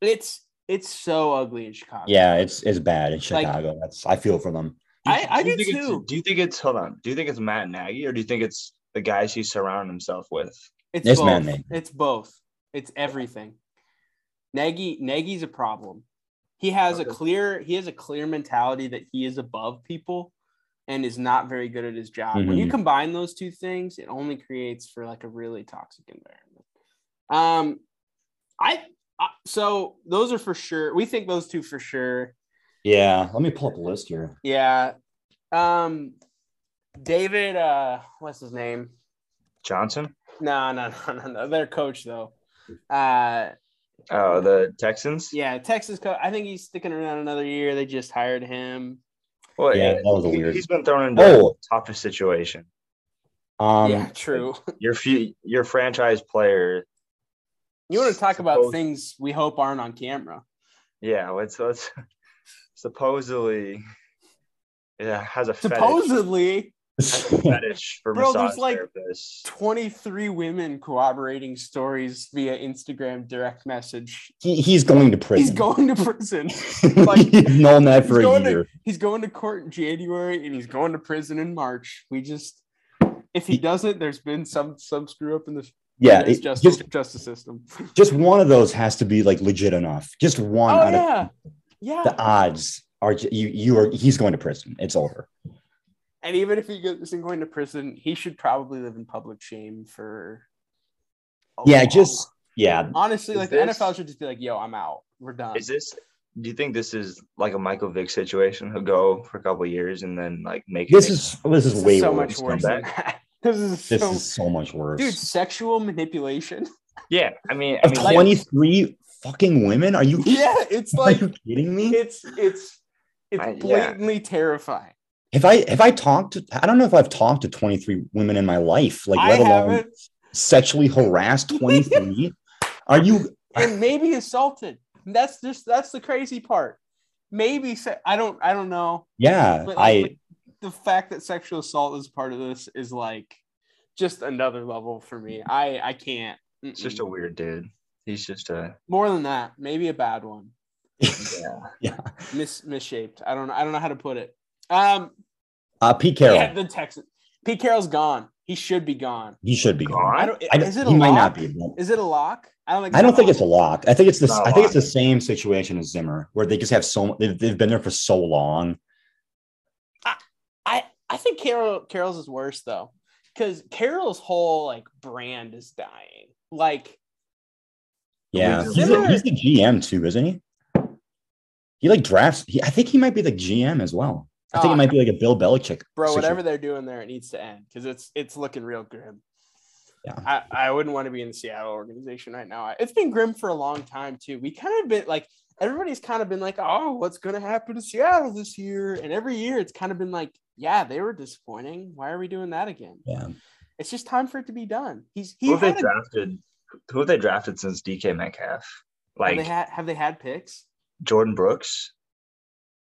[SPEAKER 1] it's it's so ugly in Chicago.
[SPEAKER 2] yeah, it's it's bad in
[SPEAKER 1] Like-
[SPEAKER 2] Chicago. That's I feel for them.
[SPEAKER 1] I- I
[SPEAKER 3] you
[SPEAKER 1] do
[SPEAKER 3] think it's-
[SPEAKER 1] too.
[SPEAKER 3] Do you think it's hold on? Do you think it's Matt Nagy or do you think it's the guys he surrounded himself with?
[SPEAKER 1] it's,
[SPEAKER 2] It's
[SPEAKER 1] both.
[SPEAKER 2] Matt Nagy.
[SPEAKER 1] It's both. It's everything. Nagy Nagy's a problem. He has a
[SPEAKER 3] Okay.
[SPEAKER 1] clear he has a clear mentality that he is above people and is not very good at his job. When you
[SPEAKER 2] Mhm.
[SPEAKER 1] combine those two things, it only creates for like a really toxic environment. Um I, I so those are for sure. We think those two for sure.
[SPEAKER 2] Yeah, let me pull up a list here.
[SPEAKER 1] Yeah. Um David uh what's his name?
[SPEAKER 3] Johnson?
[SPEAKER 1] No, no, no, no, no. Their coach though. Uh
[SPEAKER 3] Uh the Texans?
[SPEAKER 1] Yeah, Texas. Co- I think he's sticking around another year. They just hired him.
[SPEAKER 3] Well,
[SPEAKER 2] Yeah,
[SPEAKER 3] yeah,
[SPEAKER 2] that was a
[SPEAKER 3] he-
[SPEAKER 2] weird-
[SPEAKER 3] He's been thrown into
[SPEAKER 2] Oh,
[SPEAKER 3] a tougher situation.
[SPEAKER 2] um,
[SPEAKER 1] yeah, true.
[SPEAKER 3] Your few, your franchise player.
[SPEAKER 1] You want to talk about
[SPEAKER 3] suppose-
[SPEAKER 1] things we hope aren't on camera?
[SPEAKER 3] Yeah, let's let's supposedly yeah, has a fetish,
[SPEAKER 1] Supposedly,
[SPEAKER 3] has
[SPEAKER 2] um,
[SPEAKER 3] a fetish for
[SPEAKER 1] Bro, there's
[SPEAKER 3] massage
[SPEAKER 1] like-
[SPEAKER 3] therapists.
[SPEAKER 1] twenty-three women corroborating stories via Instagram direct message.
[SPEAKER 2] he, he's going to prison.
[SPEAKER 1] He's going to prison. like-
[SPEAKER 2] like, he's known that
[SPEAKER 1] He's
[SPEAKER 2] for a
[SPEAKER 1] going to-
[SPEAKER 2] year.
[SPEAKER 1] He's going to court in January, and he's going to prison in March. We just, if he
[SPEAKER 2] He-
[SPEAKER 1] doesn't, there's been some some screw up in the
[SPEAKER 2] yeah,
[SPEAKER 1] in this
[SPEAKER 2] it-
[SPEAKER 1] justice
[SPEAKER 2] just
[SPEAKER 1] justice system.
[SPEAKER 2] just one of those has to be like legit enough. Just one
[SPEAKER 1] Oh
[SPEAKER 2] out
[SPEAKER 1] yeah,
[SPEAKER 2] of
[SPEAKER 1] yeah.
[SPEAKER 2] the odds are ju- you you are he's going to prison. It's over.
[SPEAKER 1] And even if he goes, isn't going to prison, he should probably live in public shame for. a
[SPEAKER 2] Yeah,
[SPEAKER 1] long-
[SPEAKER 2] just yeah.
[SPEAKER 1] honestly,
[SPEAKER 3] Is
[SPEAKER 1] like
[SPEAKER 3] this-
[SPEAKER 1] the NFL should just be like, "Yo, I'm out. We're done."
[SPEAKER 3] Is this? Do you think this is like a Michael Vick situation? He'll go for a couple of years and then like make it.
[SPEAKER 2] This is this
[SPEAKER 1] This
[SPEAKER 2] is
[SPEAKER 1] is
[SPEAKER 2] way
[SPEAKER 1] so
[SPEAKER 2] worse.
[SPEAKER 1] much
[SPEAKER 2] than
[SPEAKER 1] worse
[SPEAKER 2] that.
[SPEAKER 1] than that. This is
[SPEAKER 2] This
[SPEAKER 1] so,
[SPEAKER 2] is so much worse.
[SPEAKER 1] dude, sexual manipulation.
[SPEAKER 3] yeah. I mean, I
[SPEAKER 2] of
[SPEAKER 3] mean,
[SPEAKER 1] like-
[SPEAKER 2] twenty three fucking women, are you?
[SPEAKER 1] yeah, it's
[SPEAKER 2] are
[SPEAKER 1] like
[SPEAKER 2] you kidding me?
[SPEAKER 1] it's it's it's
[SPEAKER 3] I- yeah.
[SPEAKER 1] blatantly terrifying.
[SPEAKER 2] Have I have I talked? To, I don't know if I've talked to twenty three women in my life. Like,
[SPEAKER 1] I
[SPEAKER 2] let alone
[SPEAKER 1] haven't,
[SPEAKER 2] sexually harassed 23 are you
[SPEAKER 1] and maybe assaulted. That's just that's the crazy part. Maybe se- I don't I don't know.
[SPEAKER 2] yeah
[SPEAKER 1] But like,
[SPEAKER 2] i
[SPEAKER 1] like, the fact that sexual assault is part of this is like just another level for me. I I can't.
[SPEAKER 3] it's just
[SPEAKER 1] Mm-mm.
[SPEAKER 3] a weird dude. He's just a
[SPEAKER 1] More than that, maybe a bad one.
[SPEAKER 3] yeah.
[SPEAKER 2] yeah
[SPEAKER 1] Mis misshaped. I don't I don't know how to put it. Um
[SPEAKER 2] uh pete carroll
[SPEAKER 1] yeah, the Texan. Pete Carroll's gone. He should be gone.
[SPEAKER 2] he should be gone
[SPEAKER 1] I
[SPEAKER 3] Gone?
[SPEAKER 1] don't
[SPEAKER 2] I don't-
[SPEAKER 1] is it a
[SPEAKER 2] he might
[SPEAKER 1] lock?
[SPEAKER 2] not be but-
[SPEAKER 1] Is it a lock? I don't think
[SPEAKER 2] i don't think
[SPEAKER 1] lock.
[SPEAKER 2] it's a lock i think it's this
[SPEAKER 3] Not a
[SPEAKER 2] i think
[SPEAKER 3] lock.
[SPEAKER 2] it's the same situation as zimmer where they just have so mu- they've, they've been there for so long
[SPEAKER 1] I I think Carol Carol's is worse though, because Carol's whole like brand is dying. Like
[SPEAKER 2] yeah
[SPEAKER 3] Wait,
[SPEAKER 2] he's, a,
[SPEAKER 1] Zimmer-
[SPEAKER 2] he's the gm too isn't he he like drafts he, i think he might be the gm as well i think
[SPEAKER 1] Ah.
[SPEAKER 2] it might be like a bill belichick
[SPEAKER 1] bro
[SPEAKER 2] situation.
[SPEAKER 1] whatever they're doing there it needs to end because it's it's looking real grim
[SPEAKER 2] Yeah.
[SPEAKER 1] I, I wouldn't want to be in the seattle organization right now I- it's been grim for a long time too we kind of been like everybody's kind of been like oh what's going to happen to seattle this year and every year it's kind of been like yeah they were disappointing why are we doing that again
[SPEAKER 2] yeah
[SPEAKER 1] it's just time for it to be done he's he
[SPEAKER 3] Who have they
[SPEAKER 1] had a,
[SPEAKER 3] drafted? Who have they drafted since DK Metcalf?
[SPEAKER 1] have,
[SPEAKER 3] Like
[SPEAKER 1] they had, have they had picks
[SPEAKER 3] Jordan Brooks.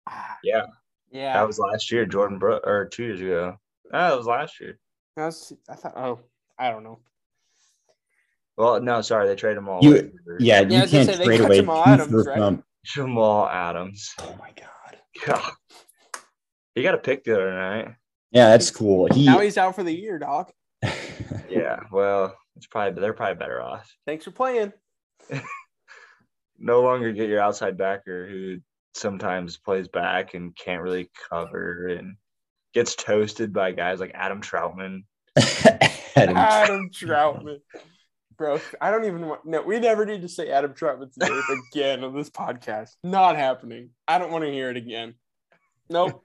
[SPEAKER 1] Ah,
[SPEAKER 3] Yeah.
[SPEAKER 1] yeah
[SPEAKER 3] That was last year. Jordan Brooks, or two years ago. No, that was last year.
[SPEAKER 1] That was- i thought oh i don't know
[SPEAKER 3] Well, no, sorry, they traded them all.
[SPEAKER 2] You-
[SPEAKER 3] away.
[SPEAKER 2] yeah,
[SPEAKER 1] I
[SPEAKER 2] you
[SPEAKER 1] was gonna
[SPEAKER 2] can't
[SPEAKER 1] say, they
[SPEAKER 2] trade
[SPEAKER 1] cut
[SPEAKER 2] away
[SPEAKER 1] Jamal
[SPEAKER 2] two
[SPEAKER 1] Adams,
[SPEAKER 2] first
[SPEAKER 1] right?
[SPEAKER 2] round-
[SPEAKER 3] Jamal Adams.
[SPEAKER 2] oh my god
[SPEAKER 3] God. He got a pick the other night.
[SPEAKER 2] Yeah, that's cool. He,
[SPEAKER 1] Now he's out for the year, dog.
[SPEAKER 3] Yeah, well, it's probably they're probably better off.
[SPEAKER 1] Thanks for playing.
[SPEAKER 3] No longer get your outside backer who sometimes plays back and can't really cover and gets toasted by guys like Adam Troutman.
[SPEAKER 2] Adam-
[SPEAKER 1] Adam Troutman. Bro, I don't even want no, we never need to say Adam Troutman's name again on this podcast. Not happening. I don't want to hear it again. Nope.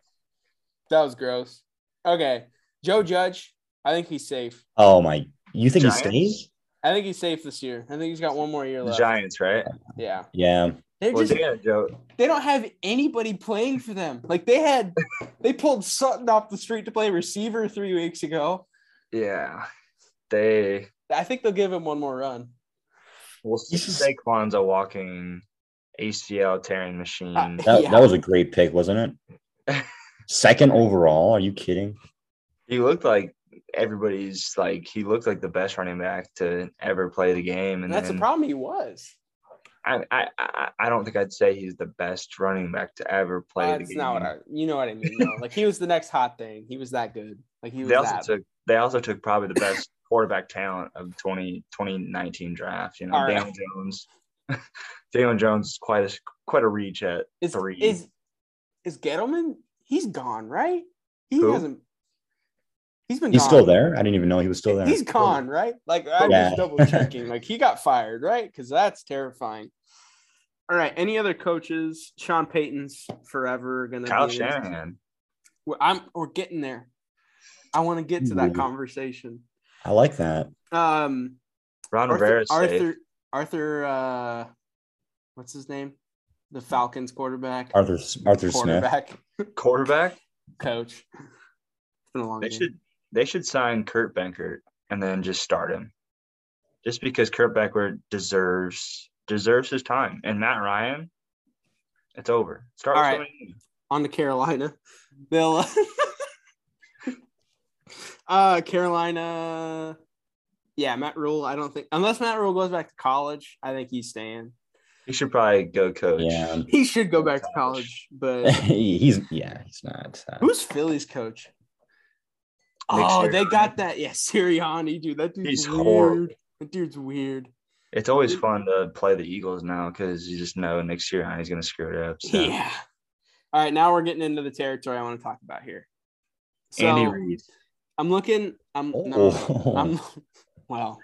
[SPEAKER 1] that was gross. Okay. Joe Judge, I think he's safe.
[SPEAKER 2] oh my! You think he
[SPEAKER 3] Giants?
[SPEAKER 2] stays?
[SPEAKER 1] I think he's safe this year. I think he's got one more year
[SPEAKER 3] The
[SPEAKER 1] left.
[SPEAKER 3] Giants, right?
[SPEAKER 1] Yeah.
[SPEAKER 2] Yeah.
[SPEAKER 1] They're
[SPEAKER 3] Well,
[SPEAKER 1] just
[SPEAKER 3] Dana Joe,
[SPEAKER 1] they don't have anybody playing for them. Like they had they pulled Sutton off the street to play receiver three weeks ago.
[SPEAKER 3] yeah, they
[SPEAKER 1] I think they'll give him one more run.
[SPEAKER 3] will see
[SPEAKER 2] This is-
[SPEAKER 3] Saquon's a walking ACL tearing machine.
[SPEAKER 2] That,
[SPEAKER 1] Ah, Yeah.
[SPEAKER 2] that was a great pick, wasn't it? Second overall. Are you kidding?
[SPEAKER 3] he looked like everybody's like he looked like the best running back to ever play the game, and
[SPEAKER 1] And that's
[SPEAKER 3] then
[SPEAKER 1] the problem he was.
[SPEAKER 3] I, I I I don't think I'd say he's the best running back to ever play the
[SPEAKER 1] That's
[SPEAKER 3] game.
[SPEAKER 1] not what I. You know what I mean. though. like he was the next hot thing. He was that good. Like he was
[SPEAKER 3] they also
[SPEAKER 1] that.
[SPEAKER 3] took they also took probably the best quarterback talent of 20, 2019 draft. You know,
[SPEAKER 1] All right.
[SPEAKER 3] Daniel Jones. Daniel Jones is quite a quite a reach at
[SPEAKER 1] is
[SPEAKER 3] three.
[SPEAKER 1] is is Gettleman? He's gone, right? He
[SPEAKER 3] Who?
[SPEAKER 1] hasn't. He's been.
[SPEAKER 2] He's
[SPEAKER 1] gone.
[SPEAKER 2] still there. I didn't even know he was still there.
[SPEAKER 1] He's gone, right? Like I'm
[SPEAKER 2] Yeah.
[SPEAKER 1] just double checking. Like he got fired, right? Because that's terrifying. All right. Any other coaches? Sean Payton's forever gonna.
[SPEAKER 3] Kyle
[SPEAKER 1] be in-
[SPEAKER 3] Shanahan.
[SPEAKER 1] We're, I'm. We're getting there. I want to get to that
[SPEAKER 2] Mhm.
[SPEAKER 1] conversation.
[SPEAKER 2] I like that.
[SPEAKER 1] Um.
[SPEAKER 3] Ron
[SPEAKER 1] Arthur
[SPEAKER 3] Rivera.
[SPEAKER 1] Arthur, Arthur uh what's his name? The Falcons quarterback.
[SPEAKER 2] Arthur Arthur Smith.
[SPEAKER 1] quarterback
[SPEAKER 3] quarterback.
[SPEAKER 1] coach. It's been a long
[SPEAKER 3] They
[SPEAKER 1] game.
[SPEAKER 3] should they should sign Kurt Benkert and then just start him, just because Kurt Benkert deserves deserves his time. And Matt Ryan, it's over. Start
[SPEAKER 1] All
[SPEAKER 3] with
[SPEAKER 1] right.
[SPEAKER 3] somebody new.
[SPEAKER 1] on to Carolina. They'll uh Carolina. Yeah, Matt Rule. I don't think unless Matt Rule goes back to college, I think he's staying.
[SPEAKER 3] He should probably go coach.
[SPEAKER 2] Yeah.
[SPEAKER 1] He should go back to college, but
[SPEAKER 2] He- he's yeah. He's not. uh,
[SPEAKER 1] who's Philly's coach?
[SPEAKER 3] Nick
[SPEAKER 1] Oh, they
[SPEAKER 3] Sirianni.
[SPEAKER 1] got that. Yeah, Sirianni, dude. That dude's
[SPEAKER 3] He's
[SPEAKER 1] weird.
[SPEAKER 3] horrible.
[SPEAKER 1] That dude's weird.
[SPEAKER 3] It's always fun to play the Eagles now because you just know next year he's going to screw it up. So.
[SPEAKER 1] Yeah. All right, now we're getting into the territory I want to talk about here. So
[SPEAKER 3] Andy Reid.
[SPEAKER 1] I'm looking. I'm no.
[SPEAKER 2] oh.
[SPEAKER 1] I'm well.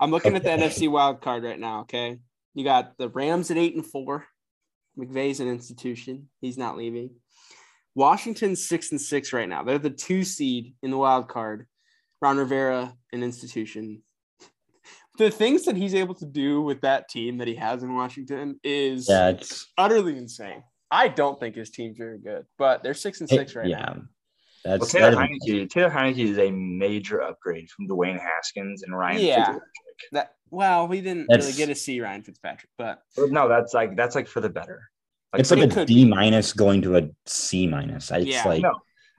[SPEAKER 1] I'm looking at the NFC wild card right now. Okay, you got the Rams at eight and four. McVay's an institution. He's not leaving. Washington's six and six right now. They're the two seed in the wild card. Ron Rivera, an institution. The things that he's able to do with that team that he has in Washington is
[SPEAKER 2] yeah. It's
[SPEAKER 1] utterly insane. I don't think his team's very good, but they're six and six right
[SPEAKER 2] yeah.
[SPEAKER 1] now.
[SPEAKER 3] Well,
[SPEAKER 2] That's
[SPEAKER 3] Taylor
[SPEAKER 2] that is-
[SPEAKER 3] Heineke, Taylor Heineke is a major upgrade from Dwayne Haskins and Ryan.
[SPEAKER 1] Yeah.
[SPEAKER 3] Fitzpatrick.
[SPEAKER 1] That well, we didn't really
[SPEAKER 2] That's-
[SPEAKER 1] get to see Ryan Fitzpatrick, but
[SPEAKER 3] But No, that's like that's like for the better.
[SPEAKER 2] it's like
[SPEAKER 1] it
[SPEAKER 2] a
[SPEAKER 1] could
[SPEAKER 2] D minus going to a C minus. I- It's
[SPEAKER 1] Yeah.
[SPEAKER 2] like
[SPEAKER 3] No.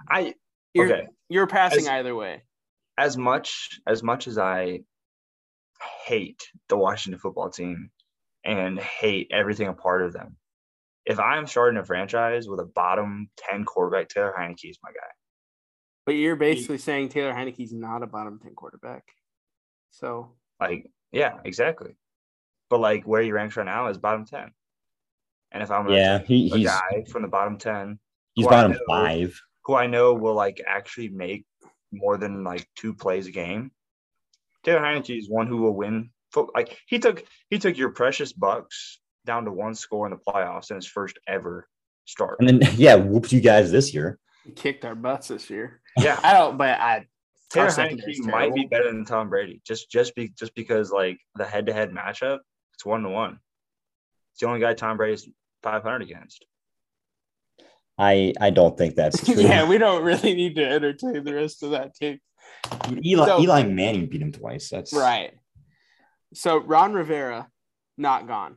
[SPEAKER 3] I
[SPEAKER 1] you're
[SPEAKER 3] okay.
[SPEAKER 1] you're passing
[SPEAKER 3] As-
[SPEAKER 1] either way.
[SPEAKER 3] As much as much as I hate the Washington football team and hate everything a part of them, if I'm starting a franchise with a bottom ten quarterback, Taylor Heineke is my guy.
[SPEAKER 1] But you're basically saying Taylor Heineke's not a bottom ten quarterback. So
[SPEAKER 3] Like, yeah, exactly. But like where he ranks right now is bottom ten. And if I'm gonna
[SPEAKER 2] yeah.
[SPEAKER 3] take
[SPEAKER 2] He,
[SPEAKER 3] a
[SPEAKER 2] he's
[SPEAKER 3] guy from the bottom ten
[SPEAKER 2] he's
[SPEAKER 3] who I
[SPEAKER 2] bottom
[SPEAKER 3] know-
[SPEAKER 2] five.
[SPEAKER 3] who I know will like actually make more than like two plays a game, Taylor Heineke is one who will win. fo- Like he took he took your precious Bucks down to one score in the playoffs in his first ever start.
[SPEAKER 2] And then yeah, whooped you guys this year.
[SPEAKER 1] he kicked our butts this year.
[SPEAKER 3] yeah,
[SPEAKER 1] I don't, but I
[SPEAKER 3] Taylor
[SPEAKER 1] our secondary's
[SPEAKER 3] Heineke might be
[SPEAKER 1] terrible.
[SPEAKER 3] better than Tom Brady just just be just because like the head to head matchup, it's one to one. It's the only guy Tom Brady's five hundred against.
[SPEAKER 2] I I don't think that's true.
[SPEAKER 1] yeah, we don't really need to entertain the rest of that team.
[SPEAKER 2] Eli
[SPEAKER 1] so-
[SPEAKER 2] Eli Manning beat him twice. That's
[SPEAKER 1] Right. So Ron Rivera, not gone.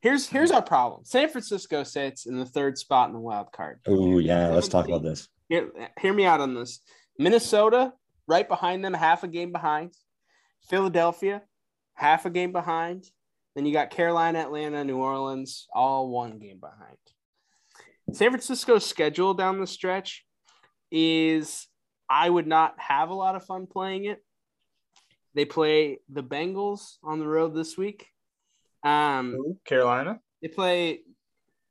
[SPEAKER 1] Here's here's our problem. San Francisco sits in the third spot in the wild card.
[SPEAKER 2] Oh yeah. Let's talk about this.
[SPEAKER 1] Hear, hear me out on this. Minnesota, right behind them, half a game behind. Philadelphia, half a game behind. Then you got Carolina, Atlanta, New Orleans, all one game behind. San Francisco's schedule down the stretch is I would not have a lot of fun playing it. They play the Bengals on the road this week. Um,
[SPEAKER 3] Who? Carolina?
[SPEAKER 1] they play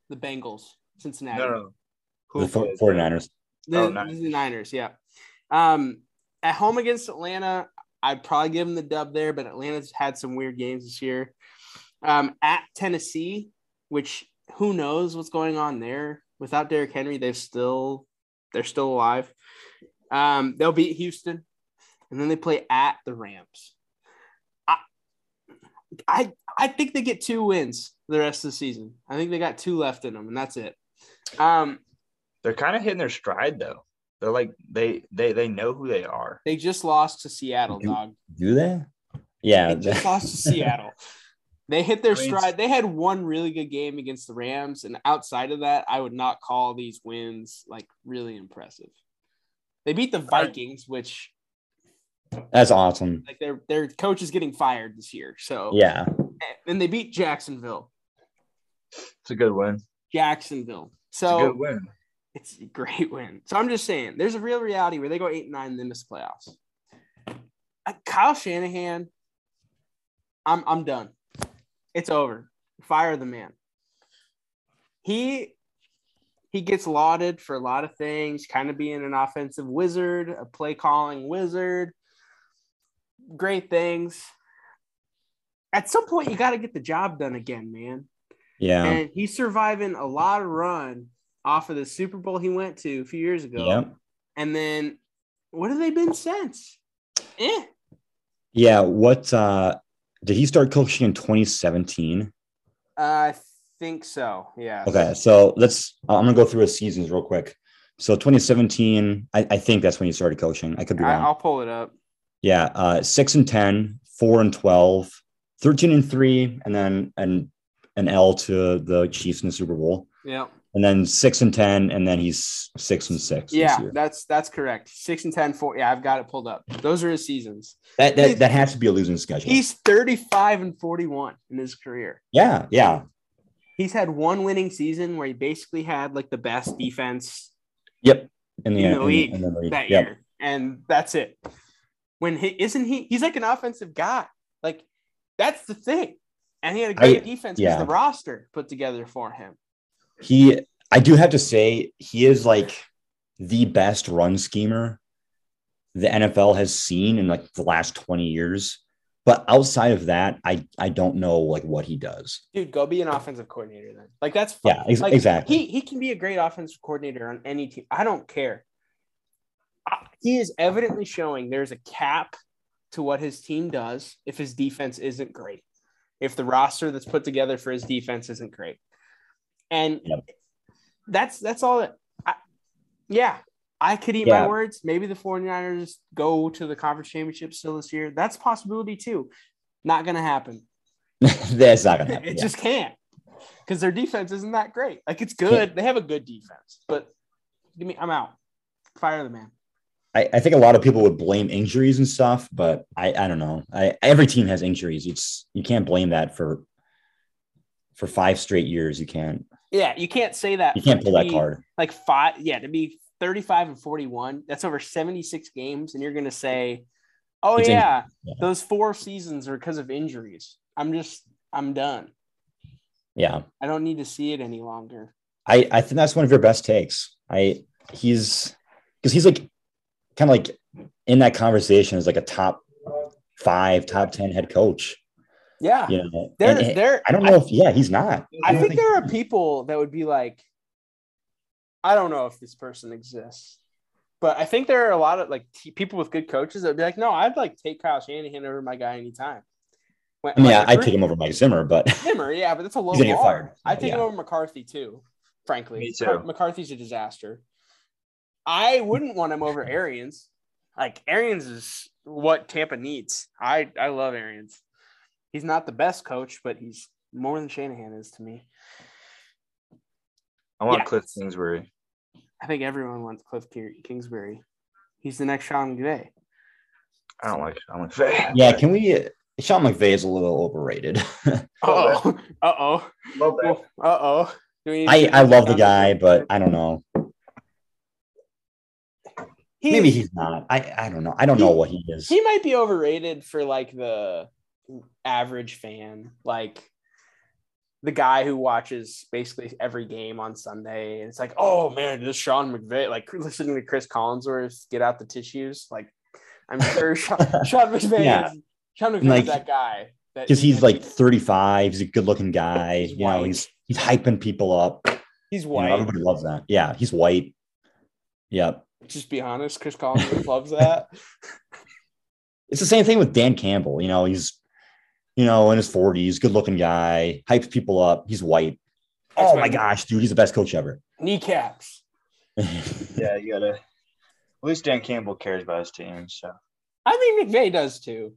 [SPEAKER 1] the Bengals, Cincinnati.
[SPEAKER 3] No, no. no. Who
[SPEAKER 2] the
[SPEAKER 3] plays?
[SPEAKER 2] 49ers.
[SPEAKER 1] The,
[SPEAKER 3] Oh,
[SPEAKER 1] the
[SPEAKER 3] Niners.
[SPEAKER 1] Niners, yeah. Um, at home against Atlanta, I'd probably give them the dub there, but Atlanta's had some weird games this year. Um, at Tennessee, which who knows what's going on there? Without Derrick Henry, they've still they're still alive. Um, they'll beat Houston, and then they play at the Rams. I I I think they get two wins the rest of the season. I think they got two left in them, and that's it. Um,
[SPEAKER 3] They're kind of hitting their stride though. They're like they they they know who they are.
[SPEAKER 1] They just lost to Seattle,
[SPEAKER 2] Do-
[SPEAKER 1] dog.
[SPEAKER 2] Do they? Yeah.
[SPEAKER 1] They just lost to Seattle. They hit their
[SPEAKER 3] I mean,
[SPEAKER 1] stride. They had one really good game against the Rams, and outside of that, I would not call these wins like really impressive. They beat the Vikings, which
[SPEAKER 2] That's awesome.
[SPEAKER 1] like their their coach is getting fired this year. So
[SPEAKER 2] Yeah.
[SPEAKER 1] and they beat Jacksonville.
[SPEAKER 3] It's a good win. It's
[SPEAKER 1] Jacksonville.
[SPEAKER 3] a good
[SPEAKER 1] So
[SPEAKER 3] win.
[SPEAKER 1] it's a great win. So I'm just saying, there's a real reality where they go eight and nine and they miss playoffs. Uh, Kyle Shanahan, I'm I'm done. It's over. Fire the man. He he gets lauded for a lot of things, kind of being an offensive wizard, a play calling wizard. Great things. At some point, you got to get the job done again, man
[SPEAKER 2] Yeah.
[SPEAKER 1] and he's surviving a lot of run off of the Super Bowl he went to a few years ago.
[SPEAKER 2] Yep.
[SPEAKER 1] And uh, then what have they been since? Eh.
[SPEAKER 2] Yeah. What uh did he start coaching in 2017?
[SPEAKER 1] I think so. Yeah.
[SPEAKER 2] Okay, so let's. uh, I'm gonna go through his seasons real quick. So 2017, I, I think that's when he started coaching. I could be
[SPEAKER 1] I,
[SPEAKER 2] wrong.
[SPEAKER 1] I'll pull it up.
[SPEAKER 2] yeah, uh, six and 10, four and 12, 13 and three, and then an an L to the Chiefs in the Super Bowl,
[SPEAKER 1] Yeah.
[SPEAKER 2] and then six and 10, and then he's six and six. this
[SPEAKER 1] Yeah,
[SPEAKER 2] year.
[SPEAKER 1] that's that's correct. Six and ten, four. Yeah, I've got it pulled up. Those are his seasons.
[SPEAKER 2] that that, that has to be a losing schedule.
[SPEAKER 1] He's 35 and 41 in his career.
[SPEAKER 2] yeah, yeah,
[SPEAKER 1] He's had one winning season where he basically had like the best defense
[SPEAKER 2] yep. In the,
[SPEAKER 1] In the
[SPEAKER 2] in the-
[SPEAKER 1] league
[SPEAKER 2] in the league.
[SPEAKER 1] that
[SPEAKER 2] Yep.
[SPEAKER 1] year, and that's it. When he isn't he? He's like an offensive guy. Like that's the thing. And he had a great
[SPEAKER 2] I-
[SPEAKER 1] defense because
[SPEAKER 2] yeah.
[SPEAKER 1] the roster put together for him.
[SPEAKER 2] he i do have to say he is like the best run schemer the nfl has seen in like the last 20 years but outside of that i i don't know like what he does
[SPEAKER 1] Dude, go be an offensive coordinator then. Like that's fine.
[SPEAKER 2] yeah ex-
[SPEAKER 1] Like,
[SPEAKER 2] exactly
[SPEAKER 1] He he can be a great offensive coordinator on any team. I don't care. I- He is evidently showing there's a cap to what his team does if his defense isn't great, if the roster that's put together for his defense isn't great, and
[SPEAKER 2] Yep.
[SPEAKER 1] that's that's all. That, I, yeah, I could eat
[SPEAKER 2] Yeah.
[SPEAKER 1] my words. Maybe the 49ers go to the conference championship still this year. That's a possibility too. Not gonna happen.
[SPEAKER 2] that's not gonna happen
[SPEAKER 1] It
[SPEAKER 2] yeah.
[SPEAKER 1] just can't because their defense isn't that great. Like it's good. They have a good defense, but give me, I'm out. Fire the man.
[SPEAKER 2] I, I think a lot of people would blame injuries and stuff but i i don't know I, every team has injuries it's you can't blame that for for five straight years you can't
[SPEAKER 1] Yeah, you can't say that.
[SPEAKER 2] you can't
[SPEAKER 1] for-
[SPEAKER 2] pull
[SPEAKER 1] to
[SPEAKER 2] that
[SPEAKER 1] be,
[SPEAKER 2] card
[SPEAKER 1] Like five, yeah, to be 35 and 41, that's over 76 games, and you're gonna say, "Oh
[SPEAKER 2] It's in-
[SPEAKER 1] yeah,
[SPEAKER 2] yeah.
[SPEAKER 1] those four seasons are because of injuries." I'm just, I'm done.
[SPEAKER 2] yeah
[SPEAKER 1] I don't need to see it any longer.
[SPEAKER 2] I I think that's one of your best takes. I he's because he's like kind of like in that conversation is like a top five, top ten head coach.
[SPEAKER 1] Yeah,
[SPEAKER 2] You know,
[SPEAKER 1] there,
[SPEAKER 2] And- and
[SPEAKER 1] there.
[SPEAKER 2] I don't know if yeah he's not.
[SPEAKER 1] I
[SPEAKER 2] don't
[SPEAKER 1] think there are people that would be like, I don't know if this person exists, but I think there are a lot of like t- people with good coaches that would be like, no, I'd like take Kyle Shanahan over my guy anytime. When,
[SPEAKER 2] I mean,
[SPEAKER 1] like,
[SPEAKER 2] I, I'd
[SPEAKER 1] Bruce
[SPEAKER 2] take him over Mike Zimmer, but
[SPEAKER 1] Zimmer, yeah, but that's a low
[SPEAKER 2] He's gonna get
[SPEAKER 1] bar.
[SPEAKER 2] fired.
[SPEAKER 1] I take him
[SPEAKER 2] Yeah.
[SPEAKER 1] over McCarthy too, frankly.
[SPEAKER 3] Me too.
[SPEAKER 1] Mc- McCarthy's a disaster. I wouldn't want him over Arians. Like Arians is what Tampa needs. I I love Arians. He's not the best coach, but he's more than Shanahan is to me.
[SPEAKER 3] I want
[SPEAKER 1] Yeah.
[SPEAKER 3] Cliff Kingsbury.
[SPEAKER 1] I think everyone wants Cliff Ki- Kingsbury. He's the next Sean McVay.
[SPEAKER 3] I don't like Sean McVay.
[SPEAKER 2] yeah, can we? Sean McVay is a little overrated.
[SPEAKER 1] Oh, uh oh,
[SPEAKER 3] Love that.
[SPEAKER 1] uh oh.
[SPEAKER 2] I I love the guy, but I don't know.
[SPEAKER 1] He,
[SPEAKER 2] Maybe he's not. I, I don't know. I don't know what he is.
[SPEAKER 1] he might be overrated for like the average fan, like the guy who watches basically every game on Sunday. And it's like, oh man, this Sean McVay, like listening to Chris Collinsworth get out the tissues. Like, I'm sure Sean, Sean McVay,
[SPEAKER 2] Yeah.
[SPEAKER 1] is, Sean McVay
[SPEAKER 2] Like,
[SPEAKER 1] is that guy. that-
[SPEAKER 2] Because he's like 35. He's a good looking guy.
[SPEAKER 1] He's
[SPEAKER 2] you know,
[SPEAKER 1] white.
[SPEAKER 2] he's he's hyping people up. You know,
[SPEAKER 1] he's white.
[SPEAKER 2] everybody loves that. Yeah, he's white. Yep.
[SPEAKER 1] Just be honest, Chris Collinsworth loves that.
[SPEAKER 2] It's the same thing with Dan Campbell. You know, he's you know in his 40s, good looking guy, hypes people up. He's white.
[SPEAKER 1] That's
[SPEAKER 2] oh
[SPEAKER 1] my-
[SPEAKER 2] my gosh, dude, he's the best coach ever.
[SPEAKER 1] Kneecaps.
[SPEAKER 3] Yeah, you gotta. At least Dan Campbell cares about his team, so
[SPEAKER 1] I think McVay does too.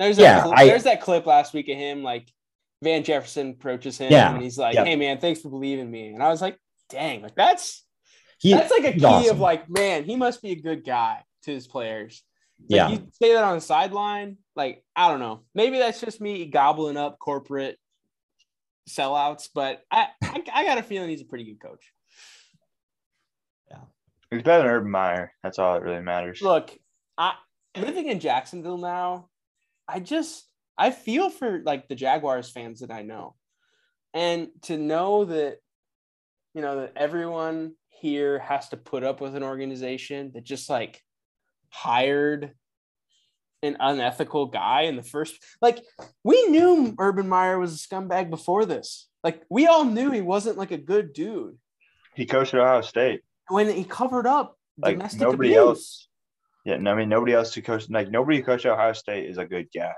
[SPEAKER 1] There's that
[SPEAKER 2] Yeah,
[SPEAKER 1] cl-
[SPEAKER 2] I-
[SPEAKER 1] there's that clip last week of him like Van Jefferson approaches him
[SPEAKER 2] Yeah,
[SPEAKER 1] and he's like,
[SPEAKER 2] yeah.
[SPEAKER 1] "Hey man, thanks for believing in me." And I was like, "Dang, like that's
[SPEAKER 2] He-
[SPEAKER 1] that's like a
[SPEAKER 2] he's
[SPEAKER 1] key of
[SPEAKER 2] awesome.
[SPEAKER 1] like, man, he must be a good guy to his players." Like,
[SPEAKER 2] yeah.
[SPEAKER 1] you say that on the sideline, like I don't know. Maybe that's just me gobbling up corporate sellouts, but I I, I got a feeling he's a pretty good coach.
[SPEAKER 3] he's better than Urban Meyer. That's all that really matters.
[SPEAKER 1] Look, I living in Jacksonville now, I just I feel for like the Jaguars fans that I know. And to know that you know that everyone here has to put up with an organization that just like hired an unethical guy in the first like we knew Urban Meyer was a scumbag before this. Like we all knew he wasn't like a good dude
[SPEAKER 3] He coached at Ohio State.
[SPEAKER 1] when he covered up
[SPEAKER 3] Like,
[SPEAKER 1] domestic
[SPEAKER 3] nobody
[SPEAKER 1] abuse.
[SPEAKER 3] else- Yeah, no, I mean nobody else to coach like nobody who coached at Ohio State is a good guy.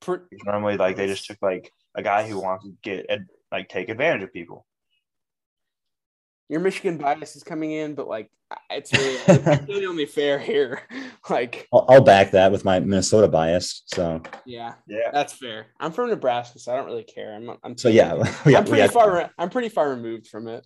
[SPEAKER 1] Per-
[SPEAKER 3] Normally, like they just took like a guy who wants to get ad- like take advantage of people.
[SPEAKER 1] your Michigan bias is coming in, but like it's really, it's really only fair here. Like,
[SPEAKER 2] I'll, I'll back that with my Minnesota bias. So,
[SPEAKER 1] yeah,
[SPEAKER 3] Yeah,
[SPEAKER 1] that's fair. I'm from Nebraska, so I don't really care. I'm, I'm
[SPEAKER 2] so yeah, we
[SPEAKER 1] I'm
[SPEAKER 2] got- we
[SPEAKER 1] pretty
[SPEAKER 2] got-
[SPEAKER 1] far. re- I'm pretty far removed from it.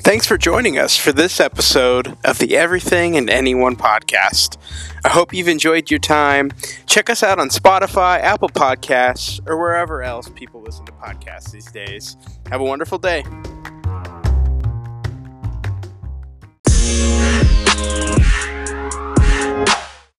[SPEAKER 1] Thanks for joining us for this episode of the Everything and Anyone podcast. I hope you've enjoyed your time. Check us out on Spotify, Apple Podcasts, or wherever else people listen to podcasts these days. Have a wonderful day.